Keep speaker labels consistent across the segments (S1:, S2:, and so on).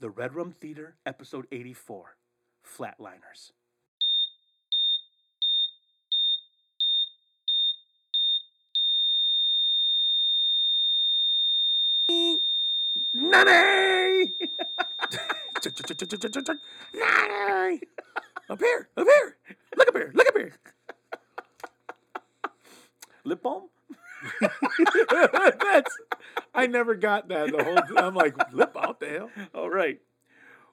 S1: The Red Room Theater, Episode 84 Flatliners. Nanny!
S2: Tick, tick, tick, tick, tick, tick, tick, tick. Nanny! Up here, up here. Look up here, look up here.
S1: Lip balm?
S2: That's. I never got that the whole. I'm like, lip out the hell.
S1: All right.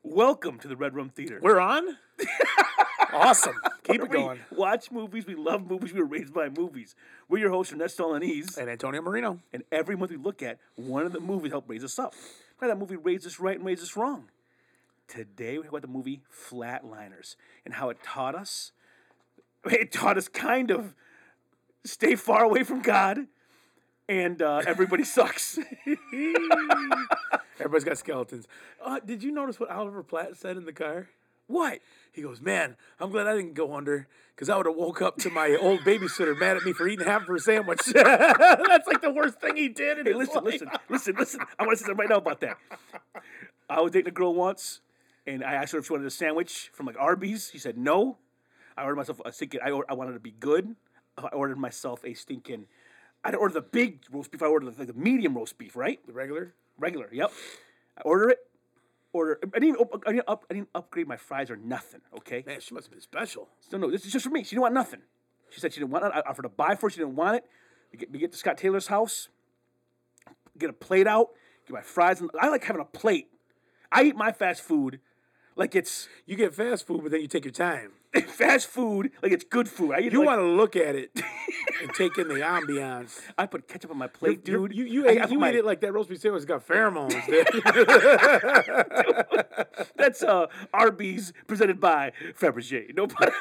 S1: Welcome to the Red Room Theater.
S2: We're on. Awesome. Keep it
S1: We
S2: going.
S1: watch movies, we love movies, we were raised by movies. We're your hosts, Ernesto Alaniz,
S2: And Antonio Marino.
S1: and every month we look at one of the movies that helped raise us up. Now that movie raised us right and raised us wrong. Today we talk about the movie Flatliners and how it taught us. It taught us kind of stay far away from God, and uh, everybody sucks.
S2: Everybody's got skeletons. Uh, did you notice what Oliver Platt said in the car?
S1: what?
S2: He goes, man, I'm glad I didn't go under because I would have woke up to my old babysitter mad at me for eating half of her sandwich. That's like the worst thing he did. In
S1: Hey,
S2: his
S1: listen,
S2: life.
S1: listen, listen, listen. I want to say something right now about that. I was dating a girl once, and I asked her if she wanted a sandwich from like Arby's. She said no. I ordered myself a stinking. I, or, I wanted to be good. I ordered myself a stinking. I'd order the big roast beef. I ordered like the medium roast beef, right?
S2: The regular?
S1: Regular. Yep. I order it. Order. I didn't. Up, I didn't, up, I didn't upgrade my fries or nothing. Okay.
S2: Man, she must have been special.
S1: So no, this is just for me. She didn't want nothing. She said she didn't want it. I offered to buy for her. She didn't want it. We get, we get to Scott Taylor's house, get a plate out, get my fries. And I like having a plate. I eat my fast food like it's
S2: You get fast food, but then you take your time.
S1: fast food, like it's good food. I eat it
S2: You
S1: like,
S2: want to look at it and take in the ambiance.
S1: I put ketchup on my plate,
S2: You're-
S1: dude.
S2: you you,
S1: I- I
S2: ate,
S1: put
S2: you
S1: my-
S2: ate it like that roast beef sandwich got pheromones. dude.
S1: That's uh, Arby's presented by Fabergé. No, but,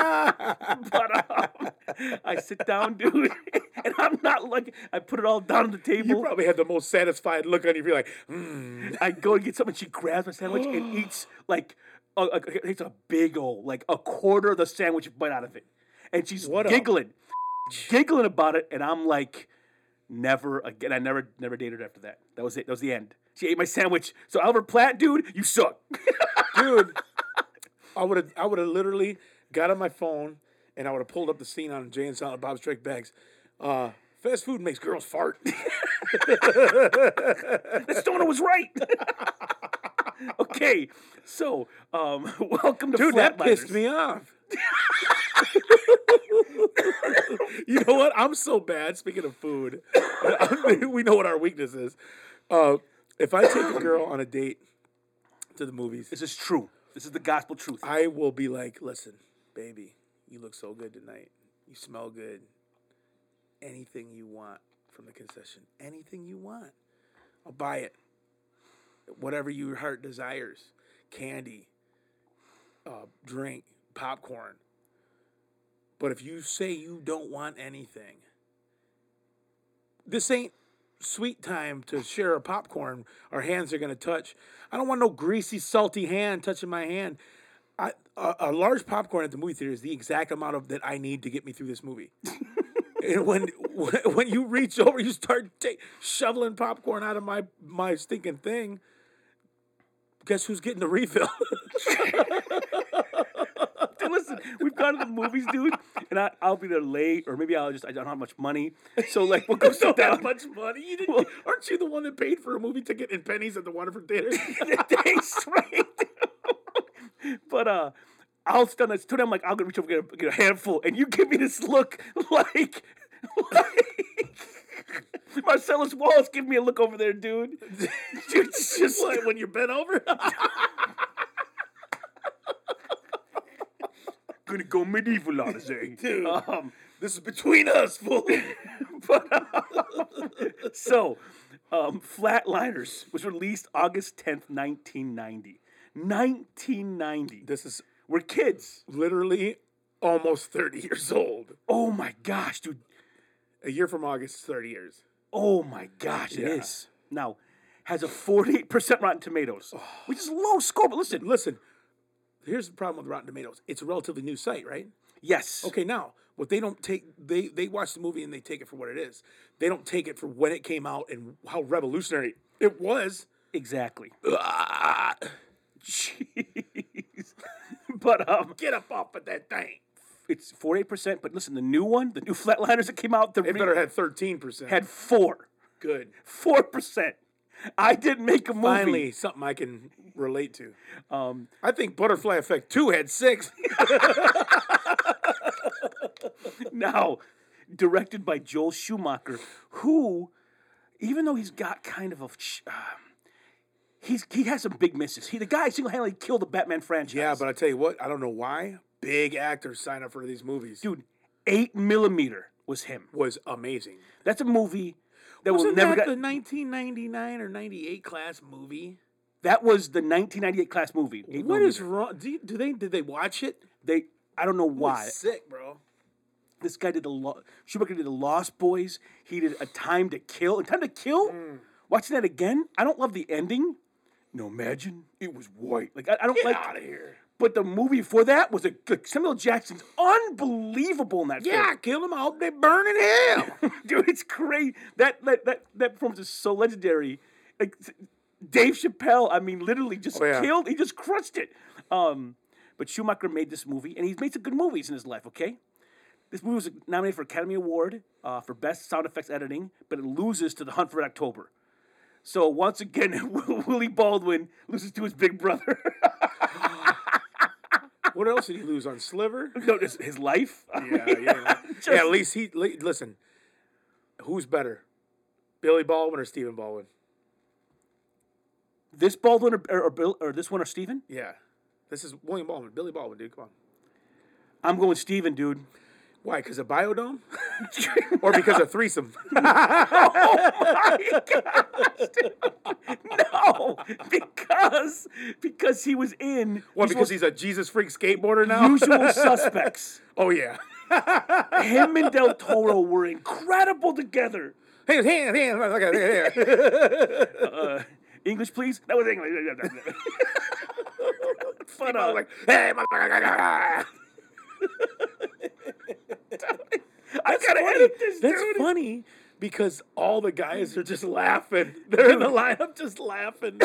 S1: but um, I sit down, dude, and I'm not like I put it all down on the table.
S2: you probably had the most satisfied look on your face, like, mm,
S1: I go and get something. She grabs my sandwich and eats like a, a, takes a big old like a quarter of the sandwich bite out of it, and she's
S2: What a
S1: giggling, giggling about it. And I'm like, never again. I never never dated her after that. That was it. That was the end. She ate my sandwich. So Albert Platt, dude, you suck.
S2: dude. I would have I would have literally got on my phone and I would have pulled up the scene on Jay and Silent Bob Strike Bags. Uh, fast food makes girls fart.
S1: That Stoner was right. okay, so um, welcome to
S2: Dude, that
S1: Flatliners.
S2: pissed me off. you know what? I'm so bad. Speaking of food, we know what our weakness is. Uh, if I take a girl on a date to the movies,
S1: This is true. This is the gospel truth.
S2: I will be like, "Listen, baby, you look so good tonight. You smell good. Anything you want from the concession, anything you want, I'll buy it. Whatever your heart desires, candy, uh, drink, popcorn. But if you say you don't want anything, this ain't." Sweet time to share a popcorn. Our hands are gonna touch. I don't want no greasy, salty hand touching my hand. I, a, a large popcorn at the movie theater is the exact amount of that I need to get me through this movie. and when when you reach over, you start ta- shoveling popcorn out of my my stinking thing. Guess who's getting the refill?
S1: Dude, listen, we've gone to the movies, dude, and I, I'll be there late, or maybe I'll just I don't have much money, so like we'll go sit down.
S2: much money. You didn't, aren't you the one that paid for a movie ticket in pennies at the Waterford Theater?
S1: Thanks, right? but uh, I'll sit down. I sit down. I'm like, I'm gonna reach over and get a, get a handful, and you give me this look like, like Marcellus Wallace, give me a look over there, dude. Dude, it's just like,
S2: What, when you're bent over?
S1: gonna go medieval on us, eh?
S2: Dude.
S1: Um,
S2: this is between us, fool.
S1: But, uh, so, um, Flatliners was released August 10th, 1990. 1990.
S2: this is
S1: We're kids.
S2: literally almost 30 years old.
S1: Oh my gosh, dude.
S2: A year from August is 30 years.
S1: Oh my gosh, it
S2: Yeah.
S1: is. Now, has a 48% Rotten
S2: Oh.
S1: Tomatoes, which is a low score, but listen,
S2: Listen, here's the problem with Rotten Tomatoes. It's a relatively new site, right?
S1: yes.
S2: Okay, now what they don't take they they watch the movie and they take it for what it is. They don't take it for when it came out and how revolutionary it was.
S1: Exactly.
S2: Ah,
S1: Jeez. but um,
S2: get up off of that thing.
S1: it's 48%. But listen, the new one, the new flatliners that came out, the
S2: It
S1: re-
S2: better had thirteen percent.
S1: had four.
S2: good.
S1: 4%. I didn't make a movie.
S2: Finally, something I can relate to. Um, I think Butterfly Effect Two had six.
S1: now directed by Joel Schumacher, who, even though he's got kind of a, ch- uh, he's he has some big misses. He the guy single handedly killed the Batman franchise.
S2: yeah, but I tell you what, I don't know why big actors sign up for these movies.
S1: dude, eight millimeter was him.
S2: was amazing.
S1: That's a movie that will
S2: Wasn't
S1: never get.
S2: that the 1999 or 98 class movie?
S1: that was the 1998 class movie. Eight
S2: What
S1: Millimeter.
S2: is wrong? Do, you, do they did they watch it?
S1: they? I don't know why.
S2: sick, bro.
S1: This guy did the Lo- Schumacher did the Lost Boys. He did A Time to Kill. A Time to Kill.
S2: Mm.
S1: Watching that again, I don't love the ending. No, imagine it was white. Like I, I don't
S2: Get
S1: like.
S2: out of here.
S1: But the movie before that was a like, Samuel Jackson's unbelievable in that
S2: Yeah, kill them all. They burn in hell.
S1: film. Dude, it's crazy. That that that that performance is so legendary. Like s- Dave Chappelle, I mean, literally just
S2: Oh, yeah.
S1: killed. He just crushed it. Um, but Schumacher made this movie, and he's made some good movies in his life. Okay, this movie was nominated for Academy Award uh, for Best Sound Effects Editing, but it loses to The Hunt for Red October. So once again, Willie Baldwin loses to his big brother.
S2: what else did he lose on Sliver?
S1: no, his his life.
S2: Yeah, yeah. yeah, at least he li- listen. Who's better, Billy Baldwin or Stephen Baldwin?
S1: this Baldwin or, or, or Bill or this one or Steven?
S2: Yeah, this is William Baldwin. Billy Baldwin, dude, come on.
S1: I'm going Steven, dude.
S2: Why? Because of Biodome, or because of threesome?
S1: no, because because he was in
S2: What? Because he's a Jesus freak skateboarder now?
S1: usual suspects.
S2: Oh yeah.
S1: Him and Del Toro were incredible together.
S2: Hey, hey, hey, look at it, yeah, yeah.
S1: English, please. That was English. but, uh,
S2: Like, hey, motherfucker.
S1: I gotta edit this,
S2: That's
S1: dude.
S2: funny because all the guys are just laughing. They're in the lineup just laughing.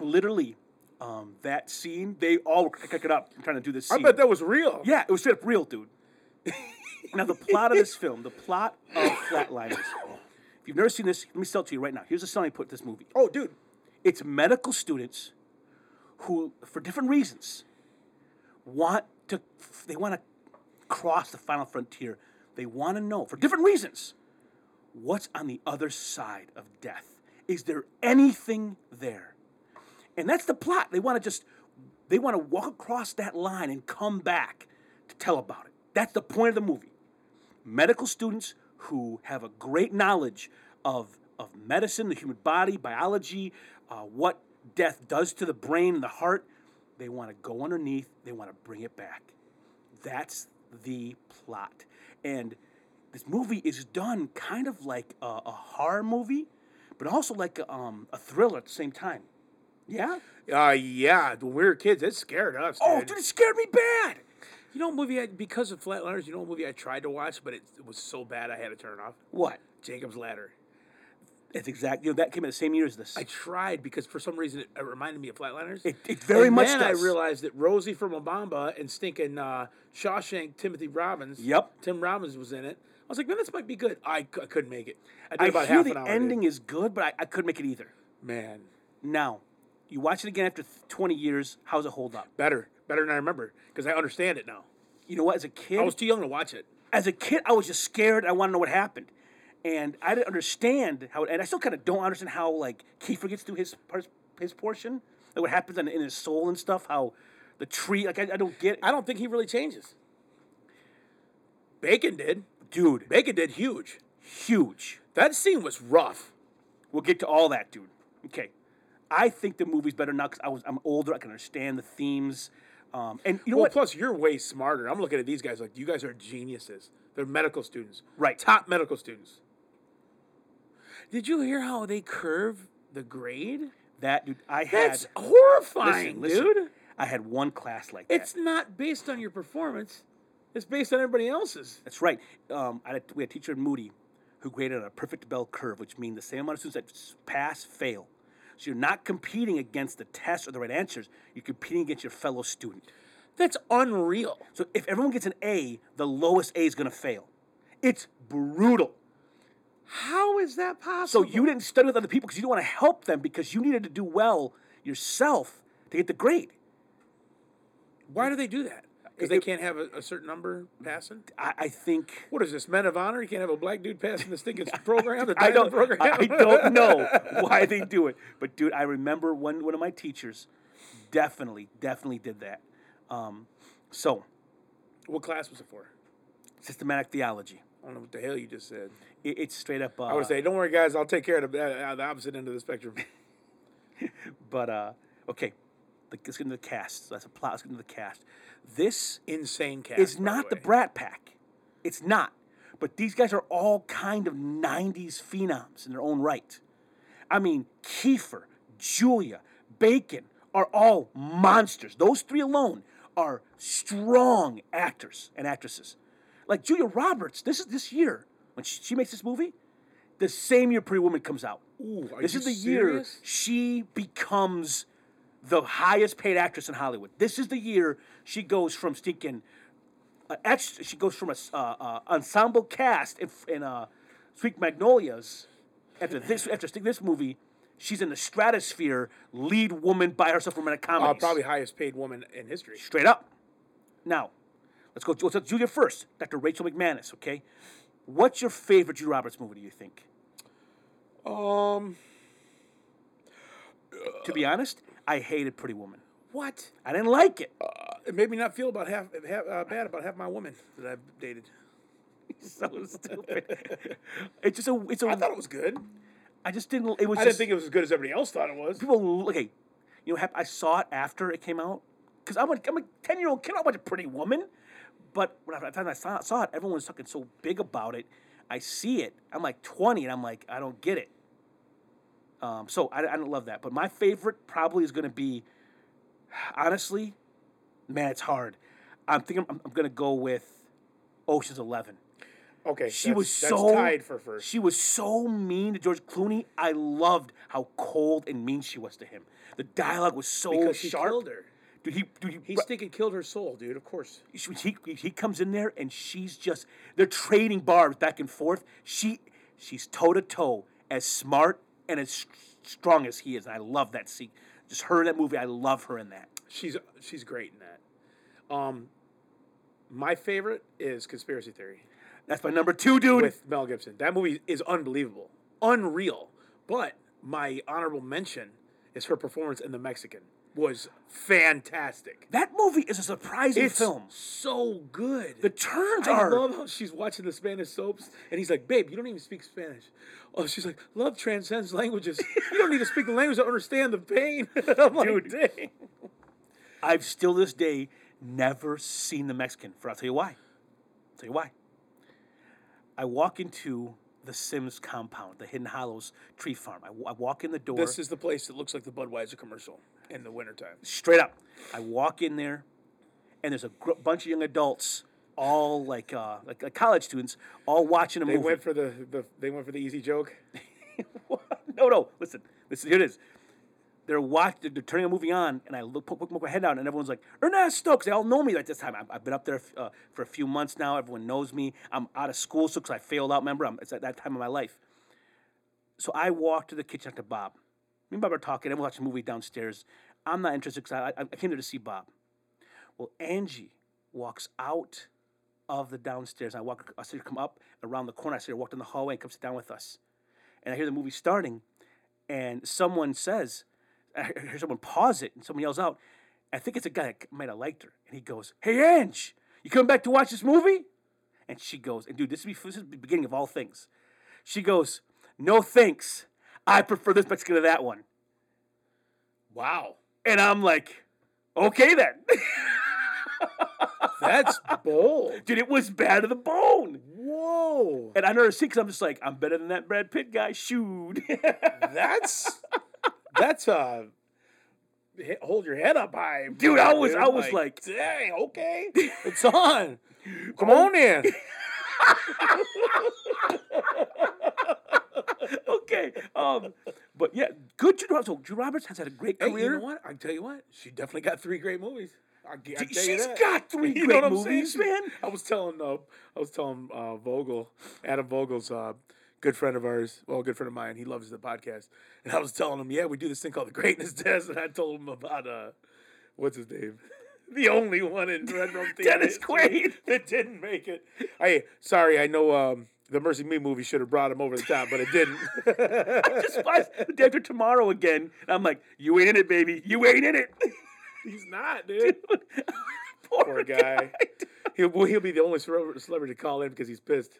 S1: Literally, um, that scene. They all were cracking up trying to do this.
S2: I
S1: Scene.
S2: bet that was real.
S1: Yeah, it was straight up real, dude. now the plot of this film, the plot of Flatliners. If you've never seen this, let me sell it to you right now. Here's the selling point of this movie.
S2: Oh, dude.
S1: It's medical students who, for different reasons, want to they want to cross the final frontier. They want to know, for different reasons, what's on the other side of death. Is there anything there? And that's the plot. They want to just they want to walk across that line and come back to tell about it. That's the point of the movie. Medical students who have a great knowledge of of medicine, the human body, biology, uh, what death does to the brain and the heart. They want to go underneath. They want to bring it back. That's the plot. And this movie is done kind of like a, a horror movie, but also like a, um, a thriller at the same time. Yeah.
S2: Uh, yeah. When we were kids, it scared us. Dude.
S1: Oh, dude, it scared me bad.
S2: You know, a movie I, because of Flatliners, you know, a movie I tried to watch, but it, it was so bad I had to turn it off.
S1: What?
S2: Jacob's Ladder.
S1: It's exactly. You know, that came out the same year as this.
S2: I tried because for some reason it, it reminded me of Flatliners.
S1: it, it very
S2: and
S1: much
S2: then
S1: does.
S2: I realized that Rosie from Obama and stinking uh, Shawshank Timothy Robbins.
S1: Yep.
S2: Tim Robbins was in it. I was like, man, this might be good. I, c- I couldn't make it. I did
S1: I
S2: about
S1: hear
S2: half
S1: the
S2: an hour. dude.
S1: ending is good, but I, I couldn't make it either.
S2: Man,
S1: Now, you watch it again after th- 20 years. How's it hold up?
S2: better, better than I remember because I understand it now.
S1: You know what? As a kid,
S2: I was too young to watch it.
S1: as a kid, I was just scared. I want to know what happened, and I didn't understand how. It, and I still kind of don't understand how like Kiefer gets through his part- his portion, like what happens in, in his soul and stuff. How the tree, like I, I don't get,
S2: I don't think he really changes. Bacon did.
S1: dude.
S2: Bacon did huge.
S1: Huge.
S2: That scene was rough.
S1: We'll get to all that, dude. Okay, I think the movie's better now because I was I'm older. I can understand the themes, um, and you know
S2: Well,
S1: what?
S2: plus you're way smarter. I'm looking at these guys like you guys are geniuses. They're medical students,
S1: Right.
S2: Top medical students. Did you hear how they curve the grade?
S1: That dude, I had.
S2: That's horrifying,
S1: listen, listen,
S2: dude.
S1: I had one class like that.
S2: It's not based on your performance. It's based on everybody else's.
S1: That's right. Um, I had, we had a teacher in Moody who graded on a perfect bell curve, which means the same amount of students that s- pass fail. So you're not competing against the test or the right answers. You're competing against your fellow student.
S2: That's unreal.
S1: So if everyone gets an A, the lowest A is going to fail. It's brutal.
S2: How is that
S1: So
S2: possible?
S1: you didn't study with other people because you didn't want to help them because you needed to do well yourself to get the grade.
S2: Why do they do that? Because they can't have a, a certain number passing.
S1: I, I think
S2: What is this, men of honor? You can't have a black dude passing the stinking program. The
S1: I
S2: diving
S1: don't.
S2: Program?
S1: I, I don't know why they do it, but dude, I remember one one of my teachers definitely definitely did that. Um, so
S2: What class was it for?
S1: systematic theology.
S2: I don't know what the hell you just said.
S1: It, it's straight up. Uh,
S2: I would say, don't worry, guys. I'll take care of the, uh, the opposite end of the spectrum.
S1: But uh, okay, like, let's get into the cast. So that's a plot. Let's get into the cast. This
S2: Insane cast.
S1: is
S2: by
S1: not the
S2: way.
S1: Brat Pack. It's not. But these guys are all kind of '90s phenoms in their own right. I mean, Kiefer, Julia, Bacon are all monsters. Those three alone are strong actors and actresses. Like Julia Roberts, this is this year when she, she makes this movie. The same year Pretty Woman comes out.
S2: Ooh, are
S1: This
S2: you
S1: is the
S2: serious?
S1: year she becomes the highest paid actress in Hollywood. This is the year she goes from stinking, uh, ex- she goes from a s- uh, uh, ensemble cast in, in uh, Sweet Magnolias. After this, after sti- this movie, she's in the stratosphere, lead woman by herself from a comedy.
S2: Uh, probably highest paid woman in history.
S1: Straight up. Now, let's go. Let's go Julia first. Dr. Rachel McManus. Okay, what's your favorite Julia Roberts movie? Do you think?
S2: Um,
S1: to be honest, I hated Pretty Woman.
S2: what?
S1: I didn't like it.
S2: It made me not feel about half, half uh, bad about half my women that I've dated.
S1: so stupid. It's just a. It's a.
S2: I
S1: I
S2: thought it was good.
S1: just didn't. It was
S2: I
S1: just
S2: didn't think it was as good as everybody else thought it was.
S1: people. Okay, you know, hap- I saw it after it came out because I'm a I'm a ten year old kid. I watch a pretty woman, but when I, by the time I saw, saw it, everyone was talking so big about it. I see it. I'm like twenty, and I'm like, I don't get it. Um, so I, I don't love that. But my favorite probably is going to be, honestly, man, it's hard. I'm thinking I'm, I'm going to go with Ocean's Eleven.
S2: Okay,
S1: She
S2: that's-
S1: was
S2: that's
S1: so
S2: tied for first.
S1: She was so mean to George Clooney. I loved how cold and mean she was to him. The dialogue was so
S2: because he
S1: sharp.
S2: killed her.
S1: Dude, he, dude, he,
S2: He's thinking killed her soul, dude. Of course.
S1: she- he, he, he comes in there and she's just they're trading barbs back and forth. She she's toe to toe as smart and as s- strong as he is. And I love that scene. Just her in that movie. I love her in that.
S2: She's she's great in that. Um, my favorite is Conspiracy Theory
S1: That's my number two, dude.
S2: with Mel Gibson. That movie is unbelievable, unreal. But my honorable mention is her performance in The Mexican was fantastic.
S1: that movie is a surprising film.
S2: so good.
S1: The turns
S2: I
S1: are
S2: love how she's watching the Spanish soaps, and he's like, "Babe, you don't even speak Spanish." Oh, she's like, "Love transcends languages. you don't need to speak the language to understand the pain." I'm like,
S1: Dude.
S2: "Dang."
S1: I've still to this day never seen the Mexican. For I'll tell you why. I'll tell you why. I walk into the Sims compound, the Hidden Hollows tree farm. I, wa- I walk in the door.
S2: This is the place that looks like the Budweiser commercial in the wintertime.
S1: straight up. I walk in there, and there's a gr- bunch of young adults, all like uh, like, like college students, all watching a
S2: They
S1: movie.
S2: went for the, the they went for the easy joke.
S1: no, no. Listen, listen. Here it is. They're watching. They're, they're turning a movie on, and I look, poke, poke, poke my head out, and everyone's like, "Ernesto," because they all know me at this time. I've, I've been up there uh, for a few months now. Everyone knows me. I'm out of school, so because I failed out. Remember, I'm, it's at that time of my life. So I walk to the kitchen after Bob. Me and Bob are talking. Everyone's watching a movie downstairs. I'm not interested because I, I I came there to see Bob. Well, Angie walks out of the downstairs. I walk. I see her come up around the corner. I see her walk down the hallway and come sit down with us. And I hear the movie starting, and someone says, I hear someone pause it, and someone yells out. I think it's a guy that might have liked her, and he goes, "Hey, Ange, you coming back to watch this movie?" And she goes, and dude, this is, before, this is the beginning of all things. She goes, "No thanks. I prefer this Mexican to that one."
S2: Wow,
S1: And I'm like, "Okay then."
S2: that's bold.
S1: dude, it was bad to the bone.
S2: Whoa,
S1: And I never see because I'm just like, I'm better than that Brad Pitt guy. Shoot.
S2: that's that's uh, hit, hold your head up high,
S1: Dude, I was- I was like-
S2: dang, okay, it's on. Oh, Come on in.
S1: okay. Um, but yeah, good Jude Roberts. So Jude Roberts has had a great
S2: Hey, you
S1: career.
S2: know what? I tell you what, she definitely got three great movies. I, g- I tell you
S1: She's
S2: that.
S1: got three
S2: You know
S1: great
S2: what I'm saying?
S1: movies,
S2: She-
S1: man.
S2: I was telling uh, I was telling uh, Vogel, Adam Vogel's uh, good friend of ours, well, good friend of mine. He loves the podcast, and I was telling him, yeah, we do this thing called the Greatness Test, and I told him about uh, what's his name, the only one in Red Room Theater
S1: Dennis
S2: history
S1: Quaid.
S2: that didn't make it. Hey, sorry, I know um, the Mercy Me movie should have brought him over the top, but it didn't.
S1: Despise the day after tomorrow again. And I'm like, you ain't in it, baby. You ain't in it.
S2: He's not, dude.
S1: Poor,
S2: Poor guy. He'll, well, he'll be the only celeb- celebrity to call in because he's pissed.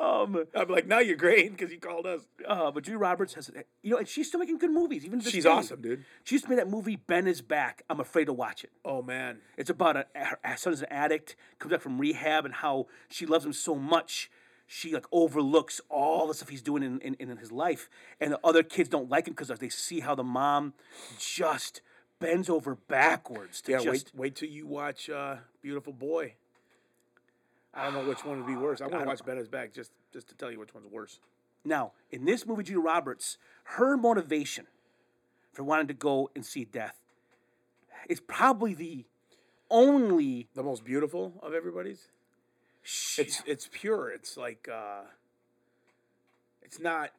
S1: Um,
S2: I'm like, now you're great because you called us.
S1: uh, but Judy Roberts has, you know, and she's still making good movies. Even to this
S2: She's
S1: day.
S2: awesome, dude.
S1: She just made that movie Ben is back. I'm afraid to watch it.
S2: Oh man,
S1: It's about a, her her son is an addict, comes back from rehab, and how she loves him so much, she like overlooks all the stuff he's doing in, in, in his life, and the other kids don't like him because they see how the mom just bends over backwards to
S2: yeah.
S1: just.
S2: wait, wait till you watch uh, Beautiful Boy. I don't know which one would be worse. I'm gonna watch Ben is Back just just to tell you which one's worse.
S1: Now, in this movie, Judy Roberts, her motivation for wanting to go and see death is probably the only.
S2: The most beautiful of everybody's.
S1: She,
S2: It's it's pure. It's like uh, it's not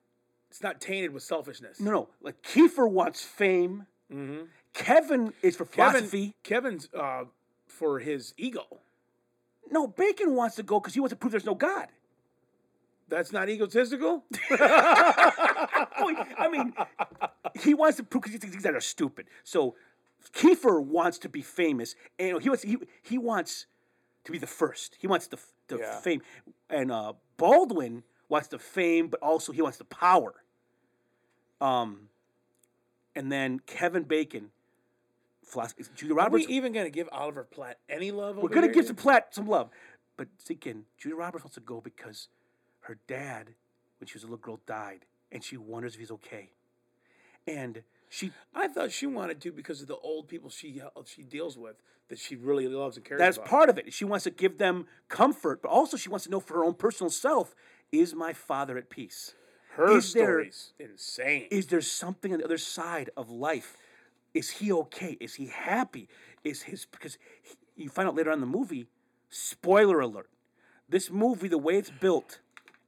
S2: it's not tainted with selfishness.
S1: no, no. Like Kiefer wants fame. Kevin is for
S2: Mm-hmm. Kevin,
S1: philosophy.
S2: Kevin's uh, for his ego.
S1: No, Bacon wants to go because he wants to prove there's no God.
S2: That's not egotistical.
S1: Oh, I mean, he wants to prove because he thinks these guys are stupid. So Kiefer wants to be famous, and he wants he, he wants to be the first. He wants the f- the
S2: Yeah.
S1: fame, and uh, Baldwin wants the fame, but also he wants the power. Um, and then Kevin Bacon, philosophy, Julia
S2: Are we
S1: Roberts.
S2: even gonna give Oliver Platt any love?
S1: We're gonna give some Platt some love, but again, Julia Roberts wants to go because her dad, when she was a little girl, died, and she wonders if he's okay. And she
S2: I thought she wanted to because of the old people she uh, she deals with that she really loves and cares
S1: that's
S2: about.
S1: part of it. She wants to give them comfort, but also she wants to know for her own personal self: Is my father at peace?
S2: Her
S1: is there-
S2: story's insane.
S1: Is there something on the other side of life? Is he okay? Is he happy? Is his because he- you find out later on in the movie? Spoiler alert: This movie, the way it's built,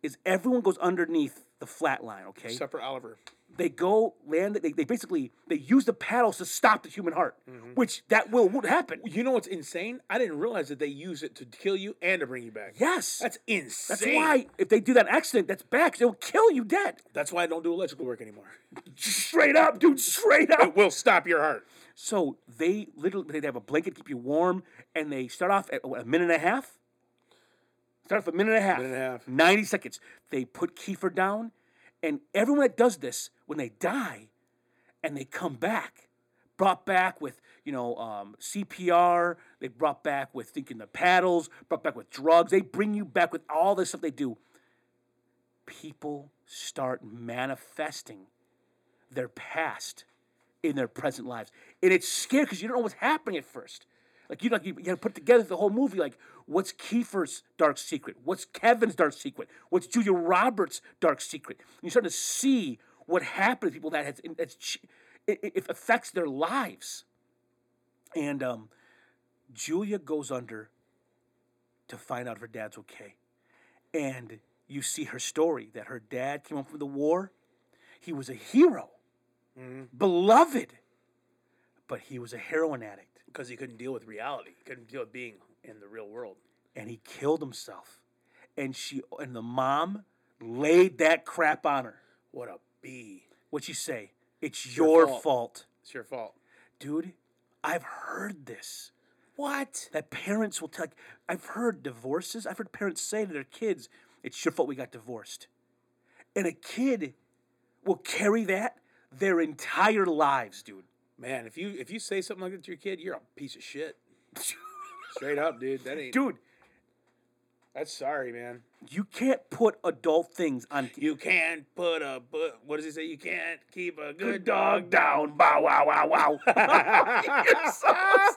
S1: is everyone goes underneath the flat line. Okay,
S2: Except for Oliver.
S1: they go land. They, they basically they use the paddles to stop the human heart,
S2: Mm-hmm.
S1: which that will would happen.
S2: You know what's insane? I didn't realize that they use it to kill you and to bring you back.
S1: Yes,
S2: That's insane.
S1: That's why if they do that accident, that's back. They'll kill you dead.
S2: That's why I don't do electrical work anymore.
S1: Straight up, dude. Straight up.
S2: It will stop your heart.
S1: So they literally they have a blanket to keep you warm, and they start off at what, a minute and a half. Start off a minute and a half.
S2: Minute and a half.
S1: Ninety seconds. They put Kiefer down, and everyone that does this when they die, and they come back, brought back with you know um, CPR. They brought back with thinking the paddles. Brought back with drugs. They bring you back with all this stuff they do. People start manifesting their past in their present lives. And it's scary because you don't know what's happening at first. Like you like you, you gotta put together the whole movie. Like what's Kiefer's dark secret? What's Kevin's dark secret? What's Julia Roberts' dark secret? And you start to see what happened to people that has that's, ch- it, it- it affects their lives. And um, Julia goes under to find out if her dad's okay. And you see her story that her dad came home from the war. He was a hero beloved, but he was a heroin addict
S2: Because he couldn't deal with reality. He couldn't deal with being in the real world.
S1: and he killed himself. And she and the mom laid that crap on her.
S2: What a bee.
S1: What'd she say? It's
S2: your
S1: your,
S2: fault."
S1: fault.
S2: It's your fault.
S1: Dude, I've heard this.
S2: What?
S1: That parents will tell I've heard divorces. I've heard parents say to their kids, It's your fault we got divorced. And a kid will carry that their entire lives, dude.
S2: Man, if you if you say something like that to your kid, you're a piece of shit. Straight up, dude. That ain't
S1: dude
S2: That's sorry, man.
S1: You can't put adult things on.
S2: You can't put a but. What does he say? You can't keep a good
S1: Dog down, bow, wow, wow, wow. You're so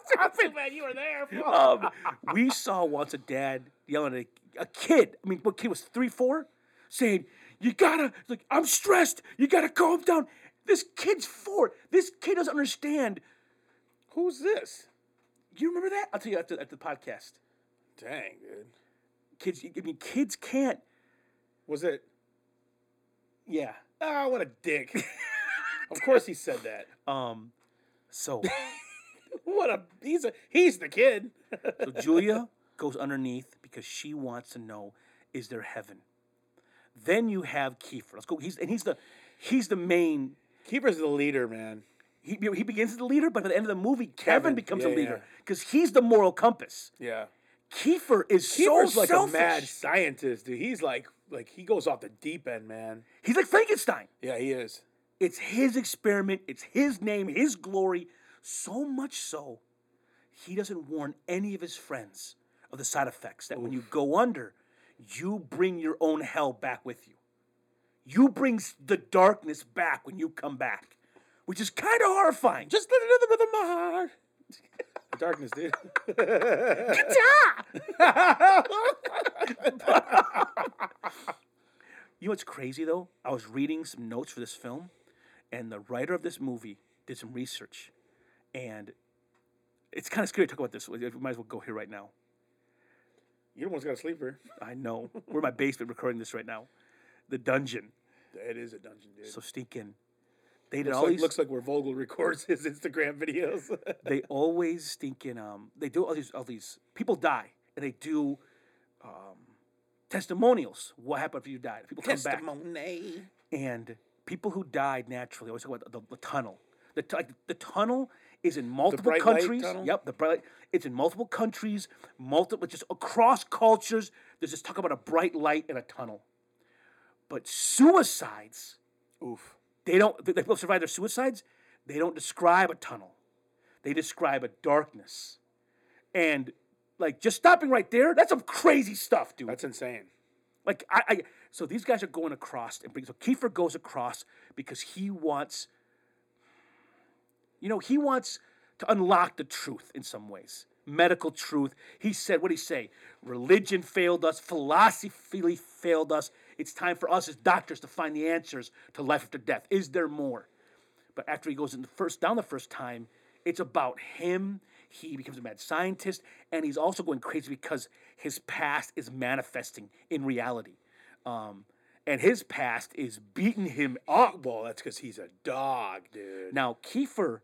S1: stupid.
S2: man, you were there.
S1: Um, we saw once a dad yelling at a, a kid. I mean, what kid was three, four, saying, "You gotta like, I'm stressed. You gotta calm down." This kid's four. This kid doesn't understand.
S2: Who's this?
S1: You remember that? I'll tell you after, after the podcast.
S2: Dang, dude.
S1: Kids, I mean, kids can't.
S2: Was it?
S1: Yeah.
S2: Ah, what a dick. of course he said that.
S1: Um. So.
S2: What a he's a he's the kid.
S1: So Julia goes underneath because she wants to know is there heaven. Then you have Kiefer. Let's go. He's and he's the he's the main.
S2: Keeper's the leader, man.
S1: He, he begins as the leader, but by the end of the movie, Kevin,
S2: Kevin,
S1: becomes
S2: yeah,
S1: a leader
S2: yeah.
S1: because he's the moral compass.
S2: Yeah.
S1: Kiefer is
S2: Keeper's
S1: so
S2: like
S1: selfish.
S2: a mad scientist, dude. He's like like he goes off the deep end, man.
S1: He's like Frankenstein.
S2: Yeah, he is.
S1: It's his experiment. It's his name. His glory. So much so, he doesn't warn any of his friends of the side effects that when you go under, you bring your own hell back with you. You bring s- the darkness back when you come back, which is kind of horrifying. Just
S2: Just let another rhythm of my heart. The darkness, dude.
S1: you know what's crazy though? I was reading some notes for this film, and the writer of this movie did some research, and it's kind of scary to talk about this. We might as well go here right now.
S2: You almost got a sleeper.
S1: I know. We're in my basement recording this right now. The dungeon.
S2: It is a dungeon, dude.
S1: So stinking. They did
S2: Looks
S1: all
S2: like,
S1: these.
S2: looks like where Vogel records his Instagram videos.
S1: they always stinking. Um, they do all these. All these people die, and they do um, testimonials. What happened if you died? People come back,
S2: Testimony.
S1: and people who died naturally always talk about the, the tunnel. The, tu- like, the tunnel is in multiple
S2: bright light
S1: countries.
S2: tunnel?
S1: Yep, the bright. light- It's in multiple countries, multiple just across cultures. There's just talk about a bright light and a tunnel, but suicides.
S2: Oof.
S1: they don't the the people who survive their suicides they don't describe a tunnel they describe a darkness and like just stopping right there that's some crazy stuff dude
S2: That's insane.
S1: like I, I so these guys are going across and bring, so Kiefer goes across because he wants you know he wants to unlock the truth in some ways medical truth he said what did he say religion failed us philosophy failed us it's time for us as doctors to find the answers to life after death is there more but after he goes in the first down the first time, it's about him. He becomes a mad scientist, and he's also going crazy because his past is manifesting in reality. Um, and his past is beating him up.
S2: Oh, Well, that's because he's a dog, dude.
S1: Now, Kiefer,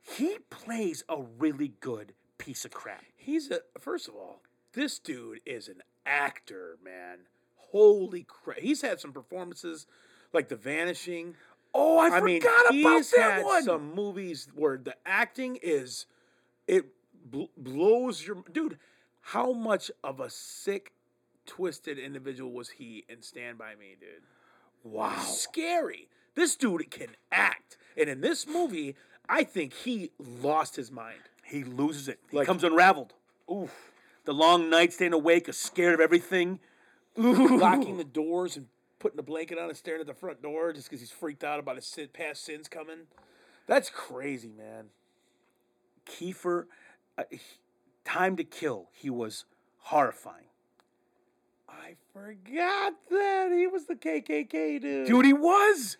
S1: he plays a really good piece of crap.
S2: He's a first of all, this dude is an actor, man. Holy crap! He's had some performances like The Vanishing.
S1: Oh, I,
S2: I mean,
S1: forgot about
S2: he's
S1: that
S2: had
S1: one.
S2: some movies where the acting is it bl- blows your dude. How much of a sick, twisted individual was he in Stand by Me, dude?
S1: wow.
S2: Scary. This dude can act, and in this movie, I think he lost his mind.
S1: He loses it. He
S2: Like-
S1: comes unraveled. Oof. The long nights staying awake, is scared of everything.
S2: locking the doors and putting a blanket on and staring at the front door just because he's freaked out about his sin, past sins coming. That's crazy, man.
S1: Kiefer, uh, he- Time to Kill, he was horrifying.
S2: I forgot that he was the KKK dude.
S1: Dude, he was!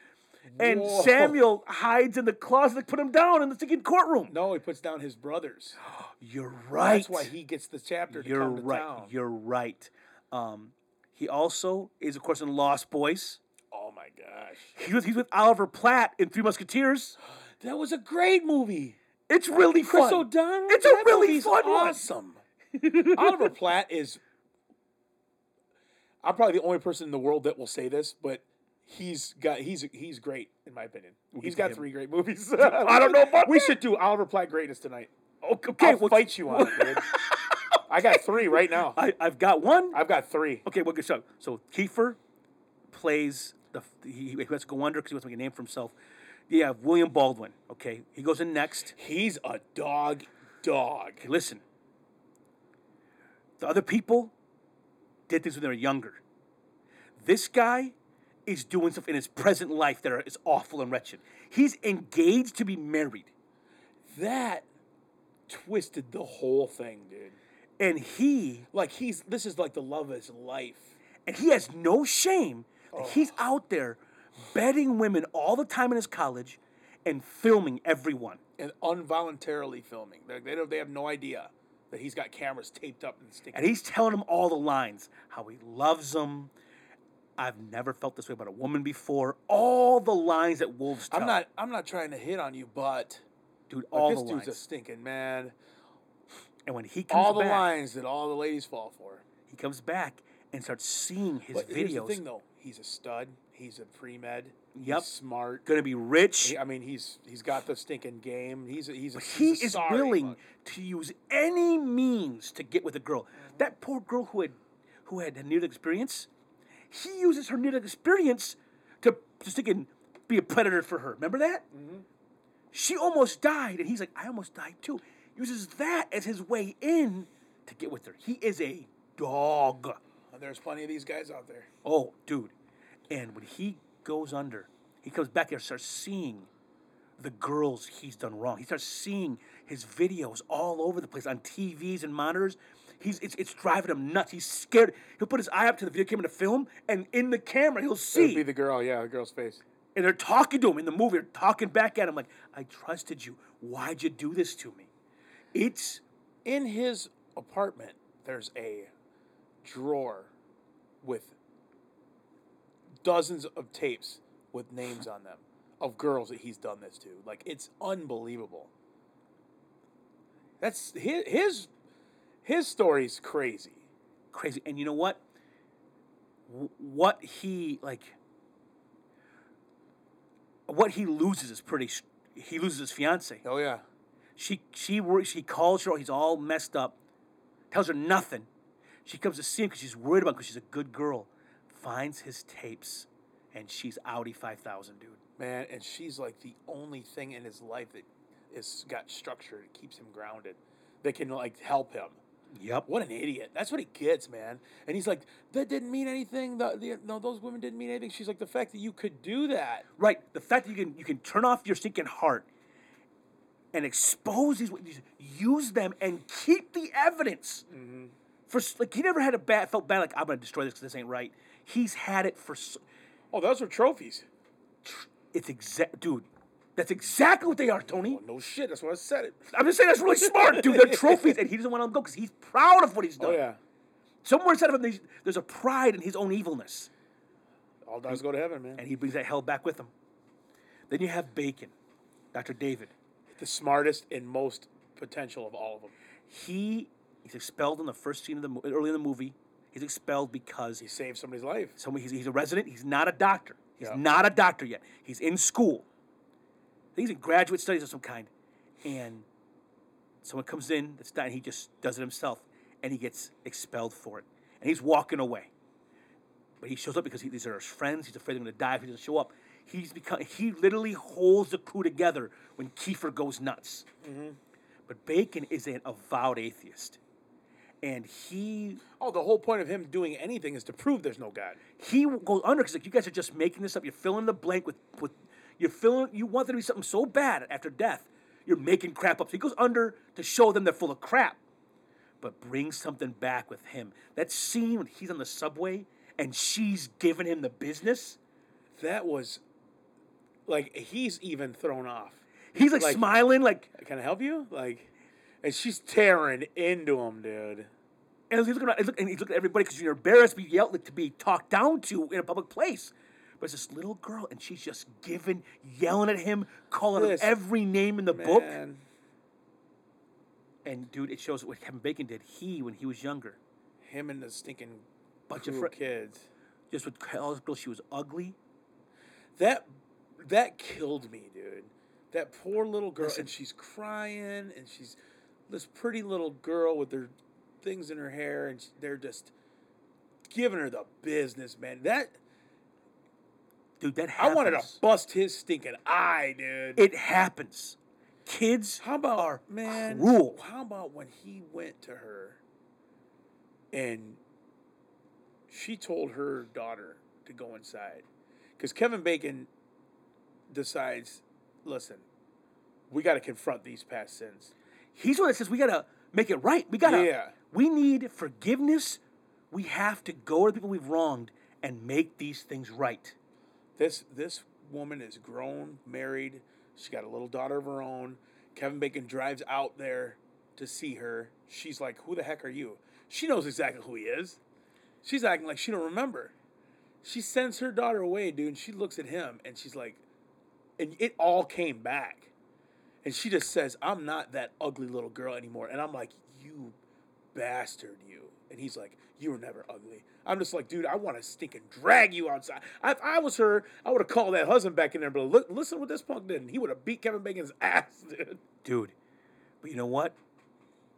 S1: And
S2: Whoa.
S1: Samuel hides in the closet to put him down in the stinking courtroom.
S2: No, he puts down his brothers.
S1: You're right.
S2: That's why he gets the chapter to
S1: You're
S2: come to
S1: right.
S2: town.
S1: You're right. Um, he also is, of course, in Lost Boys.
S2: oh my gosh,
S1: He was, he's with Oliver Platt in Three Musketeers.
S2: that was a great movie.
S1: It's really
S2: Chris
S1: fun.
S2: O'Donnell.
S1: It's a
S2: that
S1: really
S2: movie's
S1: fun one.
S2: Awesome. Oliver Platt is. I'm probably the only person in the world that will say this, but he's got he's he's great in my opinion. he's
S1: to
S2: got
S1: him.
S2: three great movies. I
S1: don't know about
S2: We
S1: that.
S2: should do Oliver Platt greatness tonight.
S1: okay,
S2: I'll
S1: well,
S2: fight you on it, dude. I got three right now.
S1: I, I've got one.
S2: I've got three.
S1: Okay, well, good stuff. So Kiefer plays the he, he has to go under because he wants to make a name for himself. You have William Baldwin. Okay, he goes in next.
S2: He's a dog, dog.
S1: Okay, listen. The other people, did things when they were younger. This guy is doing stuff in his present life that are, is awful and wretched. He's engaged to be married,
S2: That twisted the whole thing, dude.
S1: and he
S2: Like he's this is like the love of his life. Oh.
S1: and he has no shame that he's out there betting women all the time in his college and filming everyone.
S2: and involuntarily filming. They're, they don't, they have no idea that he's got cameras taped up and sticking.
S1: And he's telling them all the lines how he loves them. I've never felt this way about a woman before. All the lines that wolves tell.
S2: I'm not I'm not trying to hit on you, but
S1: dude.
S2: like,
S1: All
S2: this
S1: the
S2: dude's
S1: lines.
S2: a stinking man.
S1: and when he comes
S2: All the
S1: back,
S2: lines that all the ladies fall for.
S1: he comes back and starts seeing his
S2: But here's the
S1: videos.
S2: thing, though. He's a stud. He's a pre med.
S1: Yep.
S2: He's smart.
S1: Gonna be rich.
S2: He- I mean, he's he's got the stinking game. He's a, he's a,
S1: he
S2: he's a
S1: is
S2: sorry
S1: willing
S2: mug.
S1: to use any means to get with a girl. That poor girl who had who had a near death experience, he uses her near death experience to just to get- be a predator for her. Remember that?
S2: Mm-hmm.
S1: She almost died, and he's like, I almost died too. Uses that as his way in to get with her. He is a dog.
S2: There's plenty of these guys out there.
S1: Oh, dude. And when he goes under, he comes back there, starts seeing the girls he's done wrong. He starts seeing his videos all over the place on TVs and monitors. He's it's, it's driving him nuts. He's scared. He'll put his eye up to the video camera to film, and in the camera he'll
S2: It'd
S1: see.
S2: be the girl, yeah, the girl's face.
S1: and they're talking to him in the movie. They're talking back at him like, "I trusted you. Why'd you do this to me?" It's
S2: in his apartment there's a drawer with dozens of tapes with names on them of girls that he's done this to like it's unbelievable that's his his, his story's crazy
S1: crazy. And you know what? W- What he like, what he loses is pretty. s- He loses his fiance.
S2: oh yeah
S1: She she works. She calls her. He's all messed up. Tells her nothing. She comes to see him because she's worried about because she's a good girl. Finds his tapes, and she's Audi five thousand, dude.
S2: man and she's like the only thing in his life that is got structure that keeps him grounded that can like help him
S1: Yep.
S2: What an idiot! That's what he gets, man. And he's like, "That didn't mean anything. The, the, no, those women didn't mean anything." She's like, "The fact that you could do that."
S1: Right. The fact that you can you can turn off your stinking heart and expose these, these use them and keep the evidence.
S2: Mm-hmm.
S1: For s- like he never had a bad felt bad like I'm gonna destroy this because this ain't right. He's had it for. s-
S2: Oh, those are trophies.
S1: It's exact, dude. That's exactly what they are, Tony.
S2: Well, no shit. That's why I said it.
S1: I'm just saying that's really smart, dude. They're trophies, and he doesn't want to let them go because he's proud of what he's done.
S2: Oh yeah,
S1: Somewhere inside of him, there's- there's a pride in his own evilness.
S2: all dogs go to heaven, man.
S1: and he brings that hell back with him. Then you have Bacon, Dr. David.
S2: The smartest and most potential of all of them.
S1: He he's expelled in the first scene of the mo- early in the movie. He's expelled because
S2: He
S1: he's
S2: saved somebody's life.
S1: someone he's, he's a resident. He's not a doctor. He's
S2: Yeah.
S1: not a doctor yet. He's in school. I think He's in graduate studies of some kind, and someone comes in that's not. And he just does it himself, and he gets expelled for it. And he's walking away, but he shows up because he, these are his friends. He's afraid they're going to die if he doesn't show up. He's become he literally holds the crew together when Kiefer goes nuts. But Bacon is an avowed atheist, and he
S2: Oh, the whole point of him doing anything is to prove there's no God.
S1: he goes under because like you guys are just making this up. You're filling the blank with with you're filling. You want there to be something so bad after death. You're making crap up. So he goes under to show them they're full of crap, but brings something back with him. That scene when he's on the subway and she's giving him the business.
S2: That was, like, he's even thrown off.
S1: He's like,
S2: Like-
S1: smiling, like
S2: Can I help you? Like, and she's tearing into him, dude.
S1: and he's looking around, he's looking, and he's looking at everybody because you're embarrassed to be yelled like, to be talked down to in a public place. But it's this little girl, and she's just giving, yelling at him, calling
S2: This-
S1: him every name in the book.
S2: Man.
S1: And dude, it shows what Kevin Bacon did. He, when he was younger,
S2: him and the stinking
S1: Bunch
S2: bunch
S1: of
S2: of
S1: fri-
S2: kids.
S1: just would tell this girl she was ugly.
S2: That that killed me, dude. That poor little girl,
S1: Listen.
S2: and she's crying, and she's this pretty little girl with her things in her hair, and she- they're just giving her the business, man. That
S1: Dude, that
S2: I
S1: happens.
S2: wanted to bust his stinking eye, dude.
S1: It happens. Kids
S2: how about
S1: are
S2: man?
S1: cruel.
S2: How about when he went to her and she told her daughter to go inside because Kevin Bacon decides, listen, we got to confront these past sins.
S1: He's the one that says we gotta make it right. We gotta.
S2: Yeah.
S1: We need forgiveness. We have to go to the people we've wronged and make these things right.
S2: This this woman is grown, married. She's got a little daughter of her own. Kevin Bacon drives out there to see her. She's like, "Who the heck are you?" She knows exactly who he is. She's acting like she don't remember. She sends her daughter away, dude. And she looks at him and she's like, and it all came back. And she just says, "I'm not that ugly little girl anymore." And I'm like, "You bastard, you!" And he's like, "You were never ugly." I'm just like, "Dude, I want to stink and drag you outside." I- If I was her, I would have called that husband back in there. But li- listen, what this punk did, and he would have beat Kevin Bacon's ass, dude.
S1: dude. But you know what?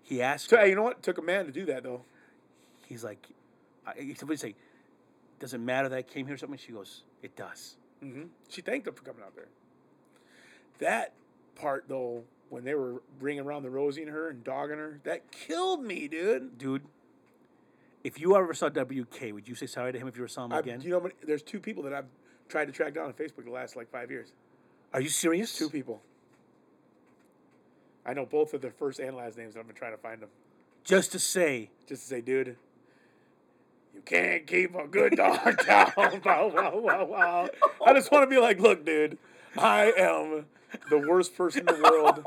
S1: He asked.
S2: So,
S1: her-
S2: hey, you know what? It took a man to do that though.
S1: He's like, I, somebody say, does it matter that I came here or something? She goes, it does.
S2: Mm-hmm. She thanked him for coming out there. That part though, when they were bringing around the Rosie and her and dogging her, that killed me, dude.
S1: Dude, if you ever saw WK, would you say sorry to him if you ever saw him
S2: I,
S1: again?
S2: you know, but there's two people that I've tried to track down on Facebook the last like five years.
S1: Are you serious?
S2: Two people. I know both of their first and last names, and I've been trying to find them
S1: Just to say,
S2: just to say, dude, you can't keep a good dog down. wow, wow, wow, wow. I just want to be like, look, dude, I am the worst person in the world.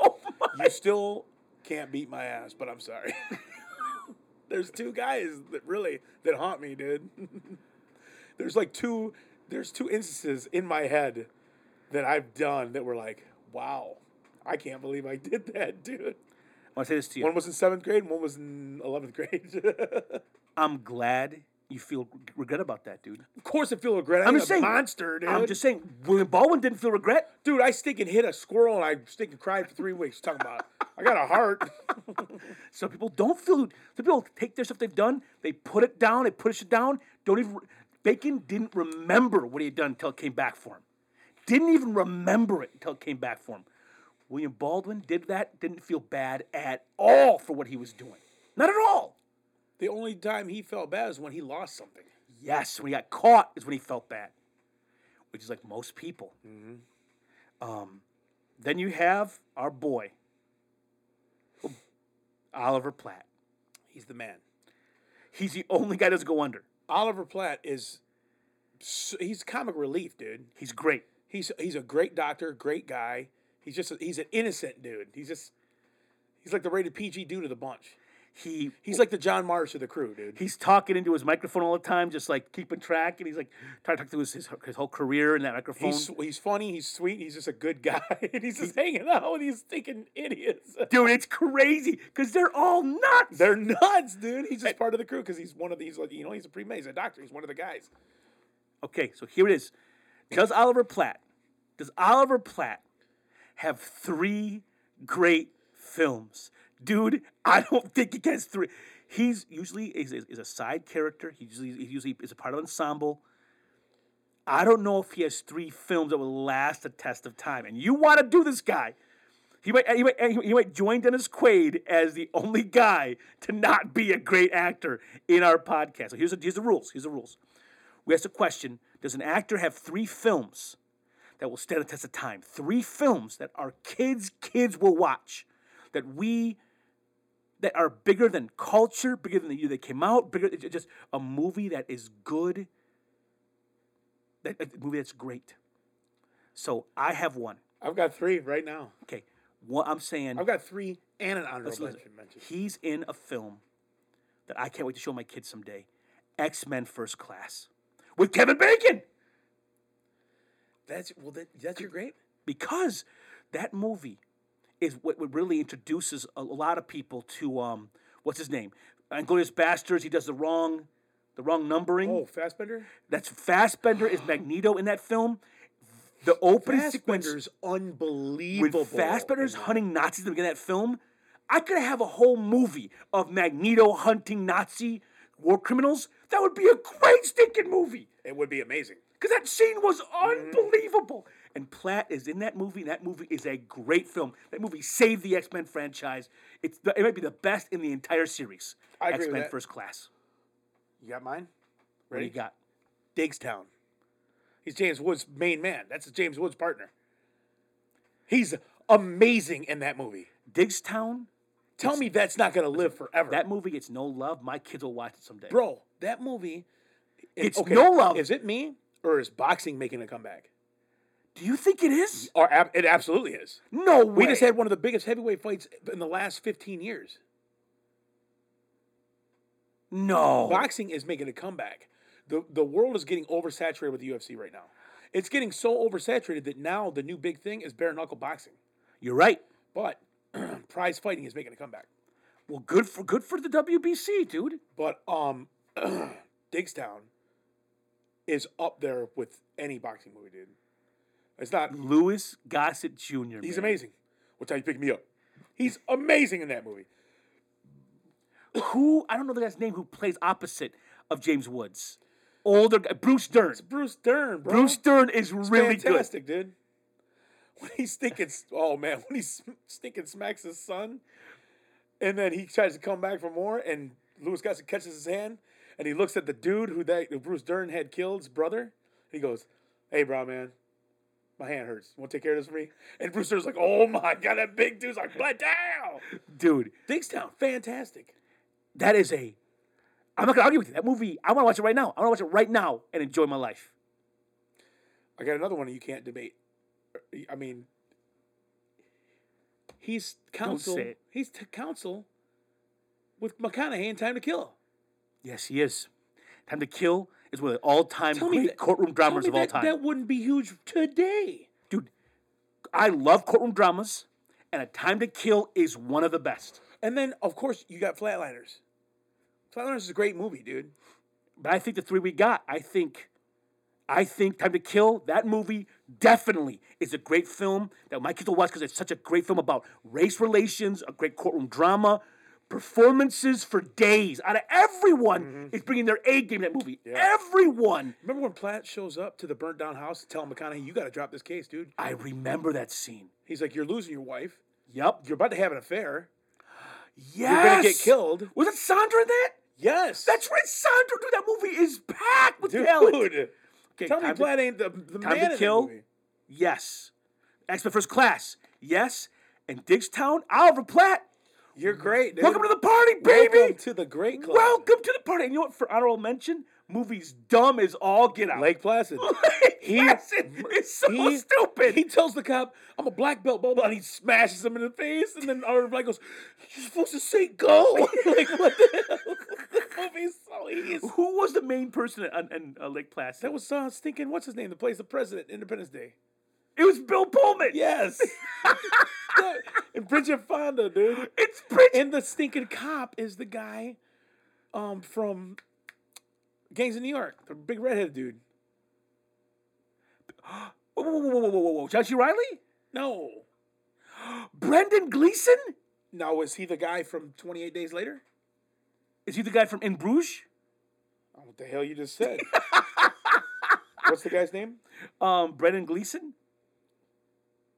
S2: you still can't beat my ass, but I'm sorry. there's two guys that really that haunt me, dude. there's like two there's two instances in my head that I've done that were like, wow, I can't believe I did that, dude.
S1: I want to say this to you.
S2: One was in seventh grade, and one was in eleventh grade.
S1: I'm glad you feel regret about that, dude.
S2: Of course, I feel regret. I'm,
S1: I'm
S2: a
S1: just saying-
S2: monster, dude.
S1: I'm just saying, William Baldwin didn't feel regret.
S2: dude. I stink and hit a squirrel, and I stink and cried for three weeks. Talking about, I got a heart.
S1: Some people don't feel. Some people take their stuff they've done, they put it down, they push it down. Don't even. Bacon didn't remember what he had done until it came back for him. Didn't even remember it until it came back for him. William Baldwin did that. Didn't feel bad at all for what he was doing. Not at all.
S2: The only time he felt bad is when he lost something.
S1: Yes, when he got caught is when he felt bad, which is like most people. Um, then you have our boy, Oliver Platt.
S2: He's the man.
S1: He's the only guy that doesn't go under.
S2: Oliver Platt is, so, he's comic relief, dude.
S1: He's great.
S2: He's he's a great doctor, great guy. He's just a, he's an innocent dude. He's just he's like the rated PG dude of the bunch.
S1: He
S2: He's like the John Marsh of the crew, dude.
S1: he's talking into his microphone all the time, just like keeping track, and he's like trying to talk through his, his, his whole career in that microphone.
S2: He's, he's funny, he's sweet, he's just a good guy. and he's just hanging out with these stinking idiots.
S1: Dude, it's crazy because they're all nuts.
S2: They're nuts, dude. He's just part of the crew because he's one of these. Like you know, he's a pre-med, he's a doctor, he's one of the guys.
S1: Okay, so here it is. Does Oliver Platt, does Oliver Platt have three great films? Dude, I don't think he gets three. He's usually is, is, is a side character. He usually he usually is a part of ensemble. I don't know if he has three films that will last the test of time. And you want to do this guy. He might, he, might, he might join Dennis Quaid as the only guy to not be a great actor in our podcast. So here's the, here's the rules. Here's the rules we asked a question Does an actor have three films that will stand the test of time? Three films that our kids' kids will watch, that we that are bigger than culture, bigger than the year they came out, bigger it's just a movie that is good, that a movie that's great. So I have one.
S2: I've got three right now.
S1: Okay, what I'm saying,
S2: I've got three and an honorable
S1: listen,
S2: mention. mention.
S1: he's in a film that I can't wait to show my kids someday, X Men First Class, with Kevin Bacon.
S2: That's well, that, that's your grape.
S1: because that movie is what, what really introduces a, a lot of people to um, what's his name, Inglorious Bastards. He does the wrong, the wrong numbering.
S2: Oh, Fastbender.
S1: That's Fassbender is Magneto in that film. The opening sequence
S2: Fastbender's
S1: when
S2: unbelievable.
S1: Fassbender's hunting Nazis at the beginning of that film, I could have a whole movie of Magneto hunting Nazi war criminals. That would be a great stinking movie.
S2: It would be amazing.
S1: Because that scene was unbelievable. And Platt is in that movie, and that movie is a great film. That movie saved the X Men franchise. It's the, it might be the best in the entire series.
S2: I agree
S1: X
S2: with
S1: Men
S2: that.
S1: First Class.
S2: You got mine.
S1: What do you got?
S2: Digstown. He's James Woods' main man. That's James Woods' partner. He's amazing in that movie.
S1: Digstown.
S2: Tell me that's not going to live forever.
S1: That movie gets no love. My kids will watch it someday.
S2: bro, that movie.
S1: It's no love.
S2: Is it me or is boxing making a comeback?
S1: Do you think it is?
S2: Or ab- it absolutely is.
S1: No way.
S2: We just had one of the biggest heavyweight fights in the last 15 years.
S1: no.
S2: Boxing is making a comeback. The the world is getting oversaturated with the UFC right now. It's getting so oversaturated that now the new big thing is bare knuckle boxing.
S1: You're right.
S2: But prize fighting is making a comeback.
S1: Well, good for good for the WBC, dude.
S2: But um Digstown is up there with any boxing movie, dude. It's not
S1: Louis Gossett Jr.
S2: he's
S1: man.
S2: amazing. What time you pick me up? He's amazing in that movie.
S1: Who I don't know the guy's name who plays opposite of James Woods. Older guy, Bruce Dern.
S2: Bruce Dern, bro.
S1: Bruce Dern is really good.
S2: fantastic, dude. When he's thinking, oh man, when he's stinking smacks his son, and then he tries to come back for more, and Lewis Gossett catches his hand, and he looks at the dude who that who Bruce Dern had killed, his brother, and he goes, "Hey, bro, man, my hand hurts. Want to take care of this for me?" And Bruce Dern's like, "Oh my god, that big dude's like, but damn,
S1: Dude,
S2: Digstown, fantastic."
S1: that is a I'm not gonna argue with you. That movie, I wanna watch it right now. I wanna watch it right now and enjoy my life.
S2: I got another one you can't debate. I mean, he's counsel.
S1: say it.
S2: He's t- counsel with McConaughey in Time to Kill.
S1: Yes, he is. Time to Kill is one of the all-time
S2: Tell me
S1: great
S2: that-
S1: courtroom
S2: Tell
S1: dramas
S2: me
S1: of all
S2: that-
S1: time.
S2: That wouldn't be huge today.
S1: Dude, I love courtroom dramas, and A Time to Kill is one of the best.
S2: And then, of course, you got Flatliners. Flatliners is a great movie, dude.
S1: But I think the three we got, I think, I think Time to Kill, that movie definitely is a great film that my kids will watch because it's such a great film about race relations, a great courtroom drama, performances for days. Out of everyone is bringing their A game to that movie. Everyone.
S2: Remember when Platt shows up to the burnt down house to tell McConaughey, "You got to drop this case, dude."
S1: I remember that scene.
S2: He's like, "You're losing your wife.
S1: Yep.
S2: You're about to have an affair.
S1: Yes.
S2: You're gonna get killed."
S1: Was it Sandra in that?
S2: Yes,
S1: That's right, Sandra. Dude, that movie is packed with talent.
S2: dude.
S1: Okay,
S2: Tell me,
S1: Time to-
S2: Platt ain't the, the
S1: Time to
S2: man in that
S1: Kill?
S2: movie.
S1: Yes. X Men First Class. Yes. And Digstown, Oliver Platt.
S2: You're great, dude.
S1: Mm-hmm. Welcome to the party, baby.
S2: Welcome to the great club.
S1: Welcome to the party. And you know what? For honorable mention, movies dumb as all get out.
S2: Lake Placid.
S1: he, it's so
S2: he-
S1: stupid.
S2: He tells the cop, I'm a black belt, blah, blah, and he smashes him in the face. And then Oliver Black goes, You're supposed to say go. like, what the hell? the movie's so easy.
S1: Who was the main person in, in uh, Lake Placid?
S2: That was uh, stinking, what's his name, that plays the president, Independence Day.
S1: it was Bill Pullman.
S2: Yes. Yeah, and Bridget Fonda, dude.
S1: It's Bridget.
S2: And the stinking cop is the guy um, from Gangs of New York, the big redhead dude.
S1: Whoa, whoa, whoa, whoa, whoa, E. whoa. Judge Riley?
S2: No.
S1: Brendan Gleeson?
S2: Now, is he the guy from 28 Days Later?
S1: Is he the guy from In Bruges?
S2: Oh, what the hell you just said? What's the guy's name?
S1: um, Brendan Gleeson.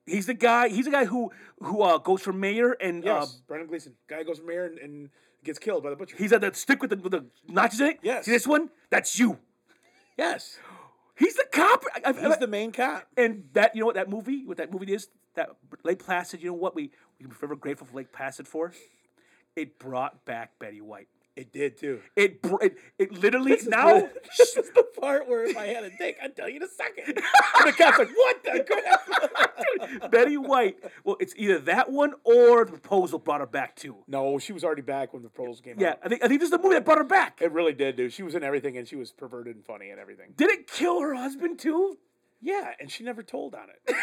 S1: He's the guy. He's the guy who who uh, goes for mayor and uh,
S2: Brendan Gleason. Guy goes from here and, and gets killed by the butcher.
S1: he's at that stick with the, with the notches in it.
S2: Yes.
S1: See this one? That's you.
S2: yes.
S1: He's the cop. I- I-
S2: He's the main cop.
S1: and that you know what that movie what that movie is that Lake Placid. You know what we we can be forever grateful for Lake Placid for. It brought back Betty White.
S2: It did too.
S1: It br- it, it literally
S2: Now,
S1: now.
S2: this is the part where if I had a dick, I'd tell you to suck it. And the cop's like, what the crap?
S1: Dude, Betty White. Well, it's either that one or the proposal brought her back too.
S2: no, she was already back when the pros came
S1: Yeah,
S2: out.
S1: I think I think this is the movie that brought her back.
S2: It really did, dude. She was in everything and she was perverted and funny and everything.
S1: Did it kill her husband too?
S2: Yeah, and she never told on it.
S1: That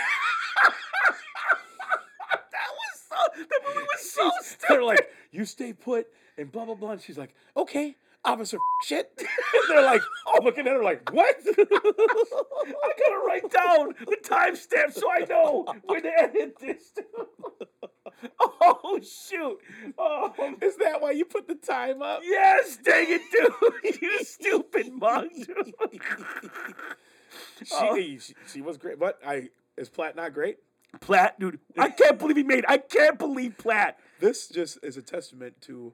S1: was so. That movie was so
S2: They're like, you stay put and blah blah blah. And she's like, okay, officer shit. And they're like, oh, looking at her like, what?
S1: I gotta write down the timestamp so I know when to edit this. oh shoot! Oh
S2: Is that why you put the time up?
S1: yes, dang it, dude! You stupid mug, dude.
S2: She,
S1: Oh.
S2: she, she was great, but I is Platt not great?
S1: Platt, dude, I can't believe he made. I can't believe Platt.
S2: This just is a testament to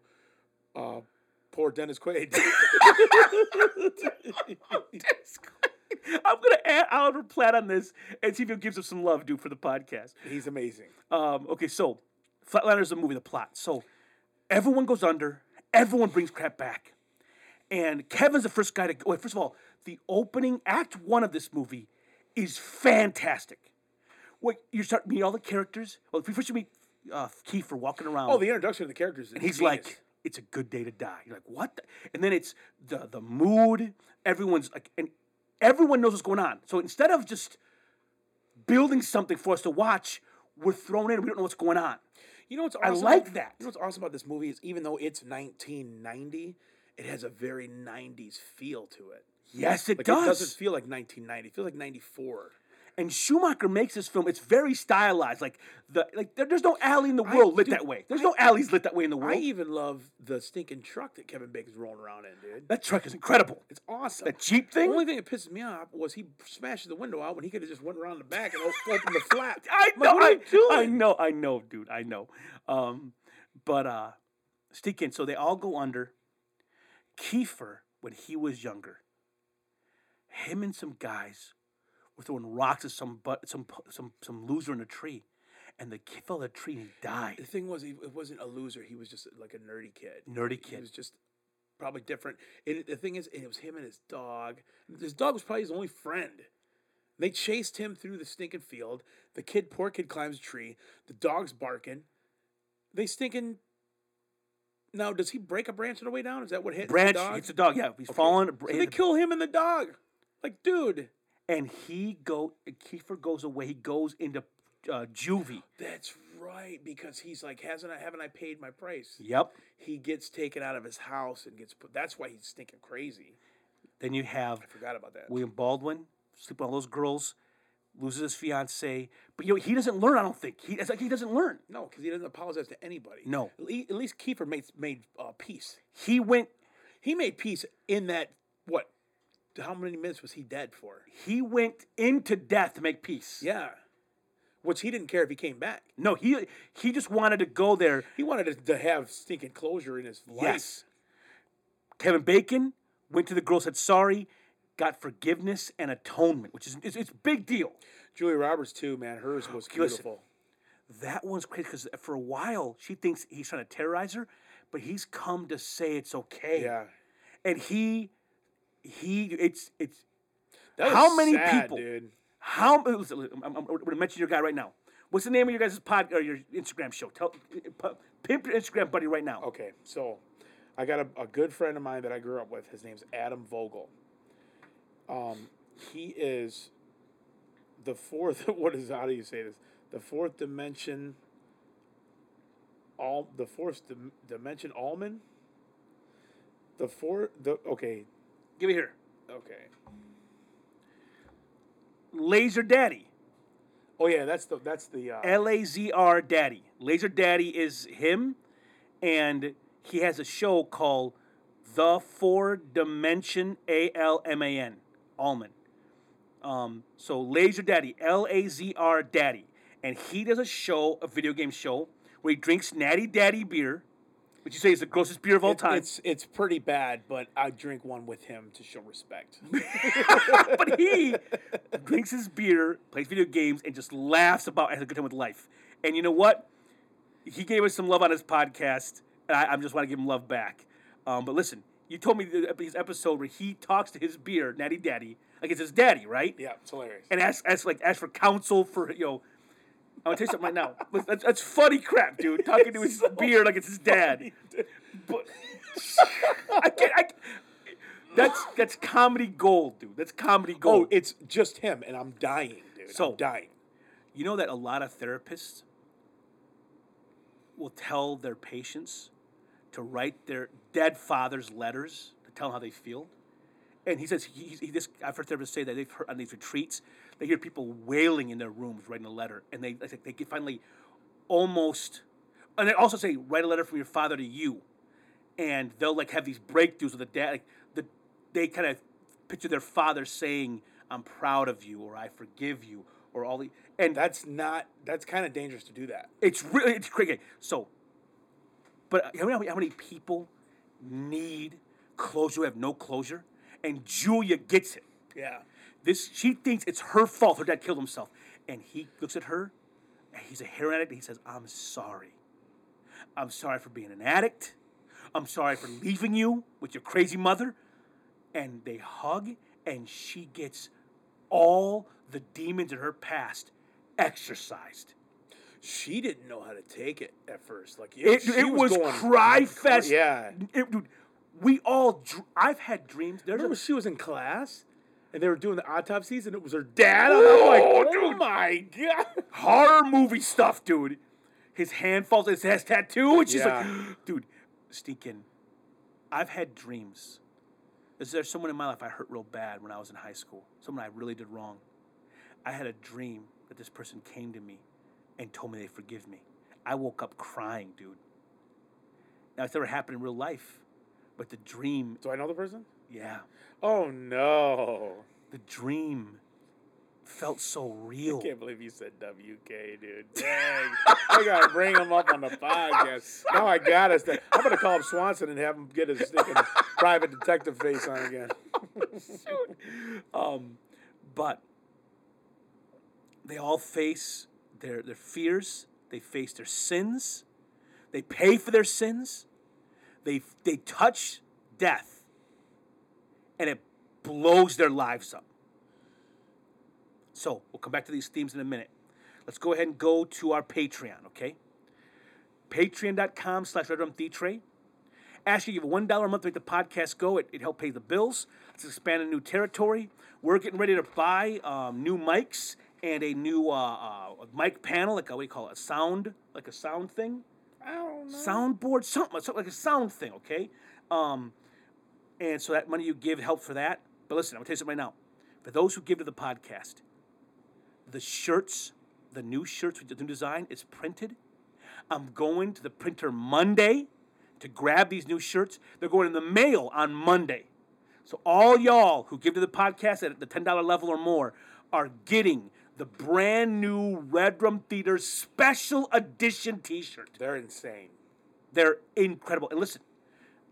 S2: uh, Poor Dennis Quaid.
S1: I'm gonna add Oliver Platt on this and see if he gives us some love, dude, for the podcast.
S2: He's amazing.
S1: Um, okay, so Flatliners is a movie, the plot. So everyone goes under, everyone brings crap back. And Kevin's the first guy to go. Wait, first of all, the opening act one of this movie is fantastic. What you start meeting all the characters. Well, first you meet uh, Kiefer walking around.
S2: Oh, the introduction of the characters. is
S1: He's
S2: genius.
S1: like, it's a good day to die. You're like, what? the-" And then it's the the mood. Everyone's like, and everyone knows what's going on. So instead of just building something for us to watch, we're thrown in. We don't know what's going on.
S2: you know what's awesome?
S1: like
S2: about-
S1: that.
S2: You know what's awesome about this movie is even though it's 1990, it has a very 90s feel to it.
S1: Yes, it
S2: Like it
S1: does.
S2: doesn't feel like 1990. It feels like 94.
S1: and Schumacher makes this film. It's very stylized. Like the like, there, there's no alley in the world lit
S2: dude,
S1: that way. There's no alleys lit that way in the
S2: I
S1: world.
S2: even love the stinking truck that Kevin Bacon's rolling around in, dude.
S1: that truck is incredible.
S2: It's awesome.
S1: That Jeep thing.
S2: The only thing that pisses me off was he smashed the window out when he could have just went around the back and op- opened the flap.
S1: I
S2: I'm
S1: know,
S2: like, what are
S1: I,
S2: you doing?
S1: I know, I know, dude, I know. Um, but uh, Steakin, so they all go under. Kiefer, when he was younger, him and some guys were throwing rocks at some but some pu- some some loser in a tree, and the kid fell in the tree and he
S2: The
S1: died.
S2: thing was, he it wasn't a loser. He was just like a nerdy kid.
S1: Nerdy
S2: He
S1: kid.
S2: was just probably different. And it- the thing is, it was him and his dog. His dog was probably his only friend. They chased him through the stinking field. The kid, poor kid, climbs a tree. The dog's barking. They stinking. Now, does he break a branch on the way down? Is that what hit
S1: Branch
S2: the dog?
S1: hits a dog. Yeah, he's falling.
S2: So they kill him and the dog. Like, dude,
S1: and he go. Kiefer goes away. He goes into uh, juvie.
S2: that's right because he's like, hasn't I haven't I paid my price?
S1: Yep.
S2: He gets taken out of his house and gets put. That's why he's stinking crazy.
S1: Then you have
S2: Forgot about that.
S1: William Baldwin, sleeping with all those girls, loses his fiance. But you know, he doesn't learn. I don't think he. It's like he doesn't learn.
S2: No, because he doesn't apologize to anybody.
S1: No.
S2: At lea- at least Kiefer made made uh, peace.
S1: He went.
S2: He made peace in that what? How many minutes was he dead for?
S1: He went into death to make peace.
S2: Yeah, which he didn't care if he came back.
S1: No, he he just wanted to go there.
S2: He wanted to, to have stinking closure in his life.
S1: Yes. Kevin Bacon went to the girl, said sorry, got forgiveness and atonement, which is it's, it's a big deal.
S2: Julia Roberts too, man. Hers was beautiful.
S1: That one's crazy because for a while she thinks he's trying to terrorize her, but he's come to say it's okay.
S2: Yeah.
S1: And he he it's it's
S2: That was
S1: How many
S2: sad,
S1: people-
S2: dude?
S1: How listen, listen, I'm, I'm, I'm going to mention your guy right now. What's the name of your guys' pod or your Instagram show? Tell pu- pimp your Instagram buddy right now.
S2: Okay, so I got a, a good friend of mine that I grew up with. His name's Adam Vogel. Um, he is the fourth. What is how do you say this? The fourth dimension. All the fourth dim, dimension almond. The four. The okay.
S1: Give it here.
S2: Okay.
S1: Laser Daddy.
S2: Oh yeah, that's the that's the. Uh,
S1: L A Z R Daddy. Laser Daddy is him, and he has a show called The Four Dimension A L M A N. Alman. Um, so Laser Daddy, L A Z R Daddy, and he does a show, a video game show, where he drinks Natty Daddy beer, which you say is the grossest beer of all
S2: it-
S1: time.
S2: it's it's pretty bad, but I drink one with him to show respect.
S1: but he drinks his beer, plays video games, and just laughs about has a good time with life. And you know what? He gave us some love on his podcast, and I, I just want to give him love back. Um, but listen, you told me the, ep- his episode where he talks to his beer, Natty Daddy, like it's his daddy, right?
S2: yeah, it's hilarious.
S1: And oh, asks, asks like asks for counsel for you know. I'm gonna tell you something right now. Listen, That's, that's funny crap, dude. Talking to his beer like it's his dad. But I can't. I, that's that's comedy gold, dude. That's comedy gold.
S2: Oh, it's just him, and I'm dying, dude.
S1: So-
S2: I'm dying.
S1: You know that a lot of therapists will tell their patients to write their dead father's letters to tell them how they feel. And he says, he, he, this, I've heard therapists say that they've heard on these retreats, they hear people wailing in their rooms writing a letter. And they, like, they get finally almost, and they also say, write a letter from your father to you. And they'll like have these breakthroughs with the dad. Like, the, they kind of picture their father saying, I'm proud of you, or I forgive you, or all the, and
S2: That's not. That's kind of dangerous to do that.
S1: it's really it's crazy. So, but how many, how many people need closure, who have no closure, and Julia gets it.
S2: Yeah.
S1: This she thinks it's her fault her dad killed himself, and he looks at her, and he's a heroin addict, and he says, "I'm sorry. I'm sorry for being an addict. I'm sorry for leaving you with your crazy mother." And they hug, and she gets all the demons in her past exercised.
S2: She didn't know how to take it at first. Like
S1: It,
S2: she
S1: it was,
S2: going-
S1: cry fest.
S2: Yeah.
S1: It- dude, we all. Dr- I've had dreams. There's a-
S2: Remember when she was in class and they were doing the autopsies and it was her dad? And I'm like,
S1: Oh,
S2: oh
S1: dude.
S2: my god.
S1: horror movie stuff, dude. His hand falls, his ass tattoo, and she's
S2: Yeah.
S1: like, dude, stinking. I've had dreams. Is there someone in my life I hurt real bad when I was in high school? Someone I really did wrong. I had a dream that this person came to me and told me they forgive me. I woke up crying, dude. Now it's never happened in real life, but the dream,
S2: Do I know the person?
S1: yeah,
S2: Oh no.
S1: the dream felt so real.
S2: Can't believe you said WK, dude. Dang. I gotta bring him up on the podcast. Now I got us. I'm gonna call up Swanson and have him get his stinking private detective face on again.
S1: Um, but they all face their, their fears, they face their sins, they pay for their sins, they, they touch death, and it blows their lives up. So we'll come back to these themes in a minute. Let's go ahead and go to our Patreon, okay? Patreon.com slash Red Rum Tray. Actually, give one dollar a month to make the podcast go. It, it helped pay the bills. It's expanding new territory. We're getting ready to buy um, new mics and a new uh, uh, mic panel, like a, what do you call it, a sound, like a sound thing,
S2: I don't know.
S1: soundboard, something, something like a sound thing. Okay, um, and so that money you give help for that. But listen, I'm gonna tell you something right now. For those who give to the podcast, the shirts, the new shirts with the new design is printed. I'm going to the printer Monday to grab these new shirts. They're going in the mail on Monday. So all y'all who give to the podcast at the $10 level or more are getting the brand new Red Room Theater special edition t-shirt.
S2: They're insane.
S1: They're incredible. And listen,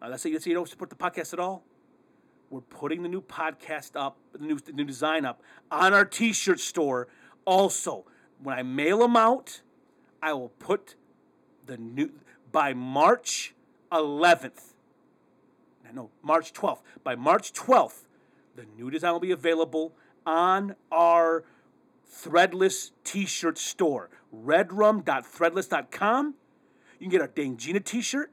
S1: uh, let's say, let's say you don't support the podcast at all. We're putting the new podcast up, the new, the new design up on our t shirt store. Also, when I mail them out, I will put the new, by March 11th, no, March 12th, by March 12th, the new design will be available on our threadless t shirt store, redrum.threadless.com. You can get our Dangina t-shirt,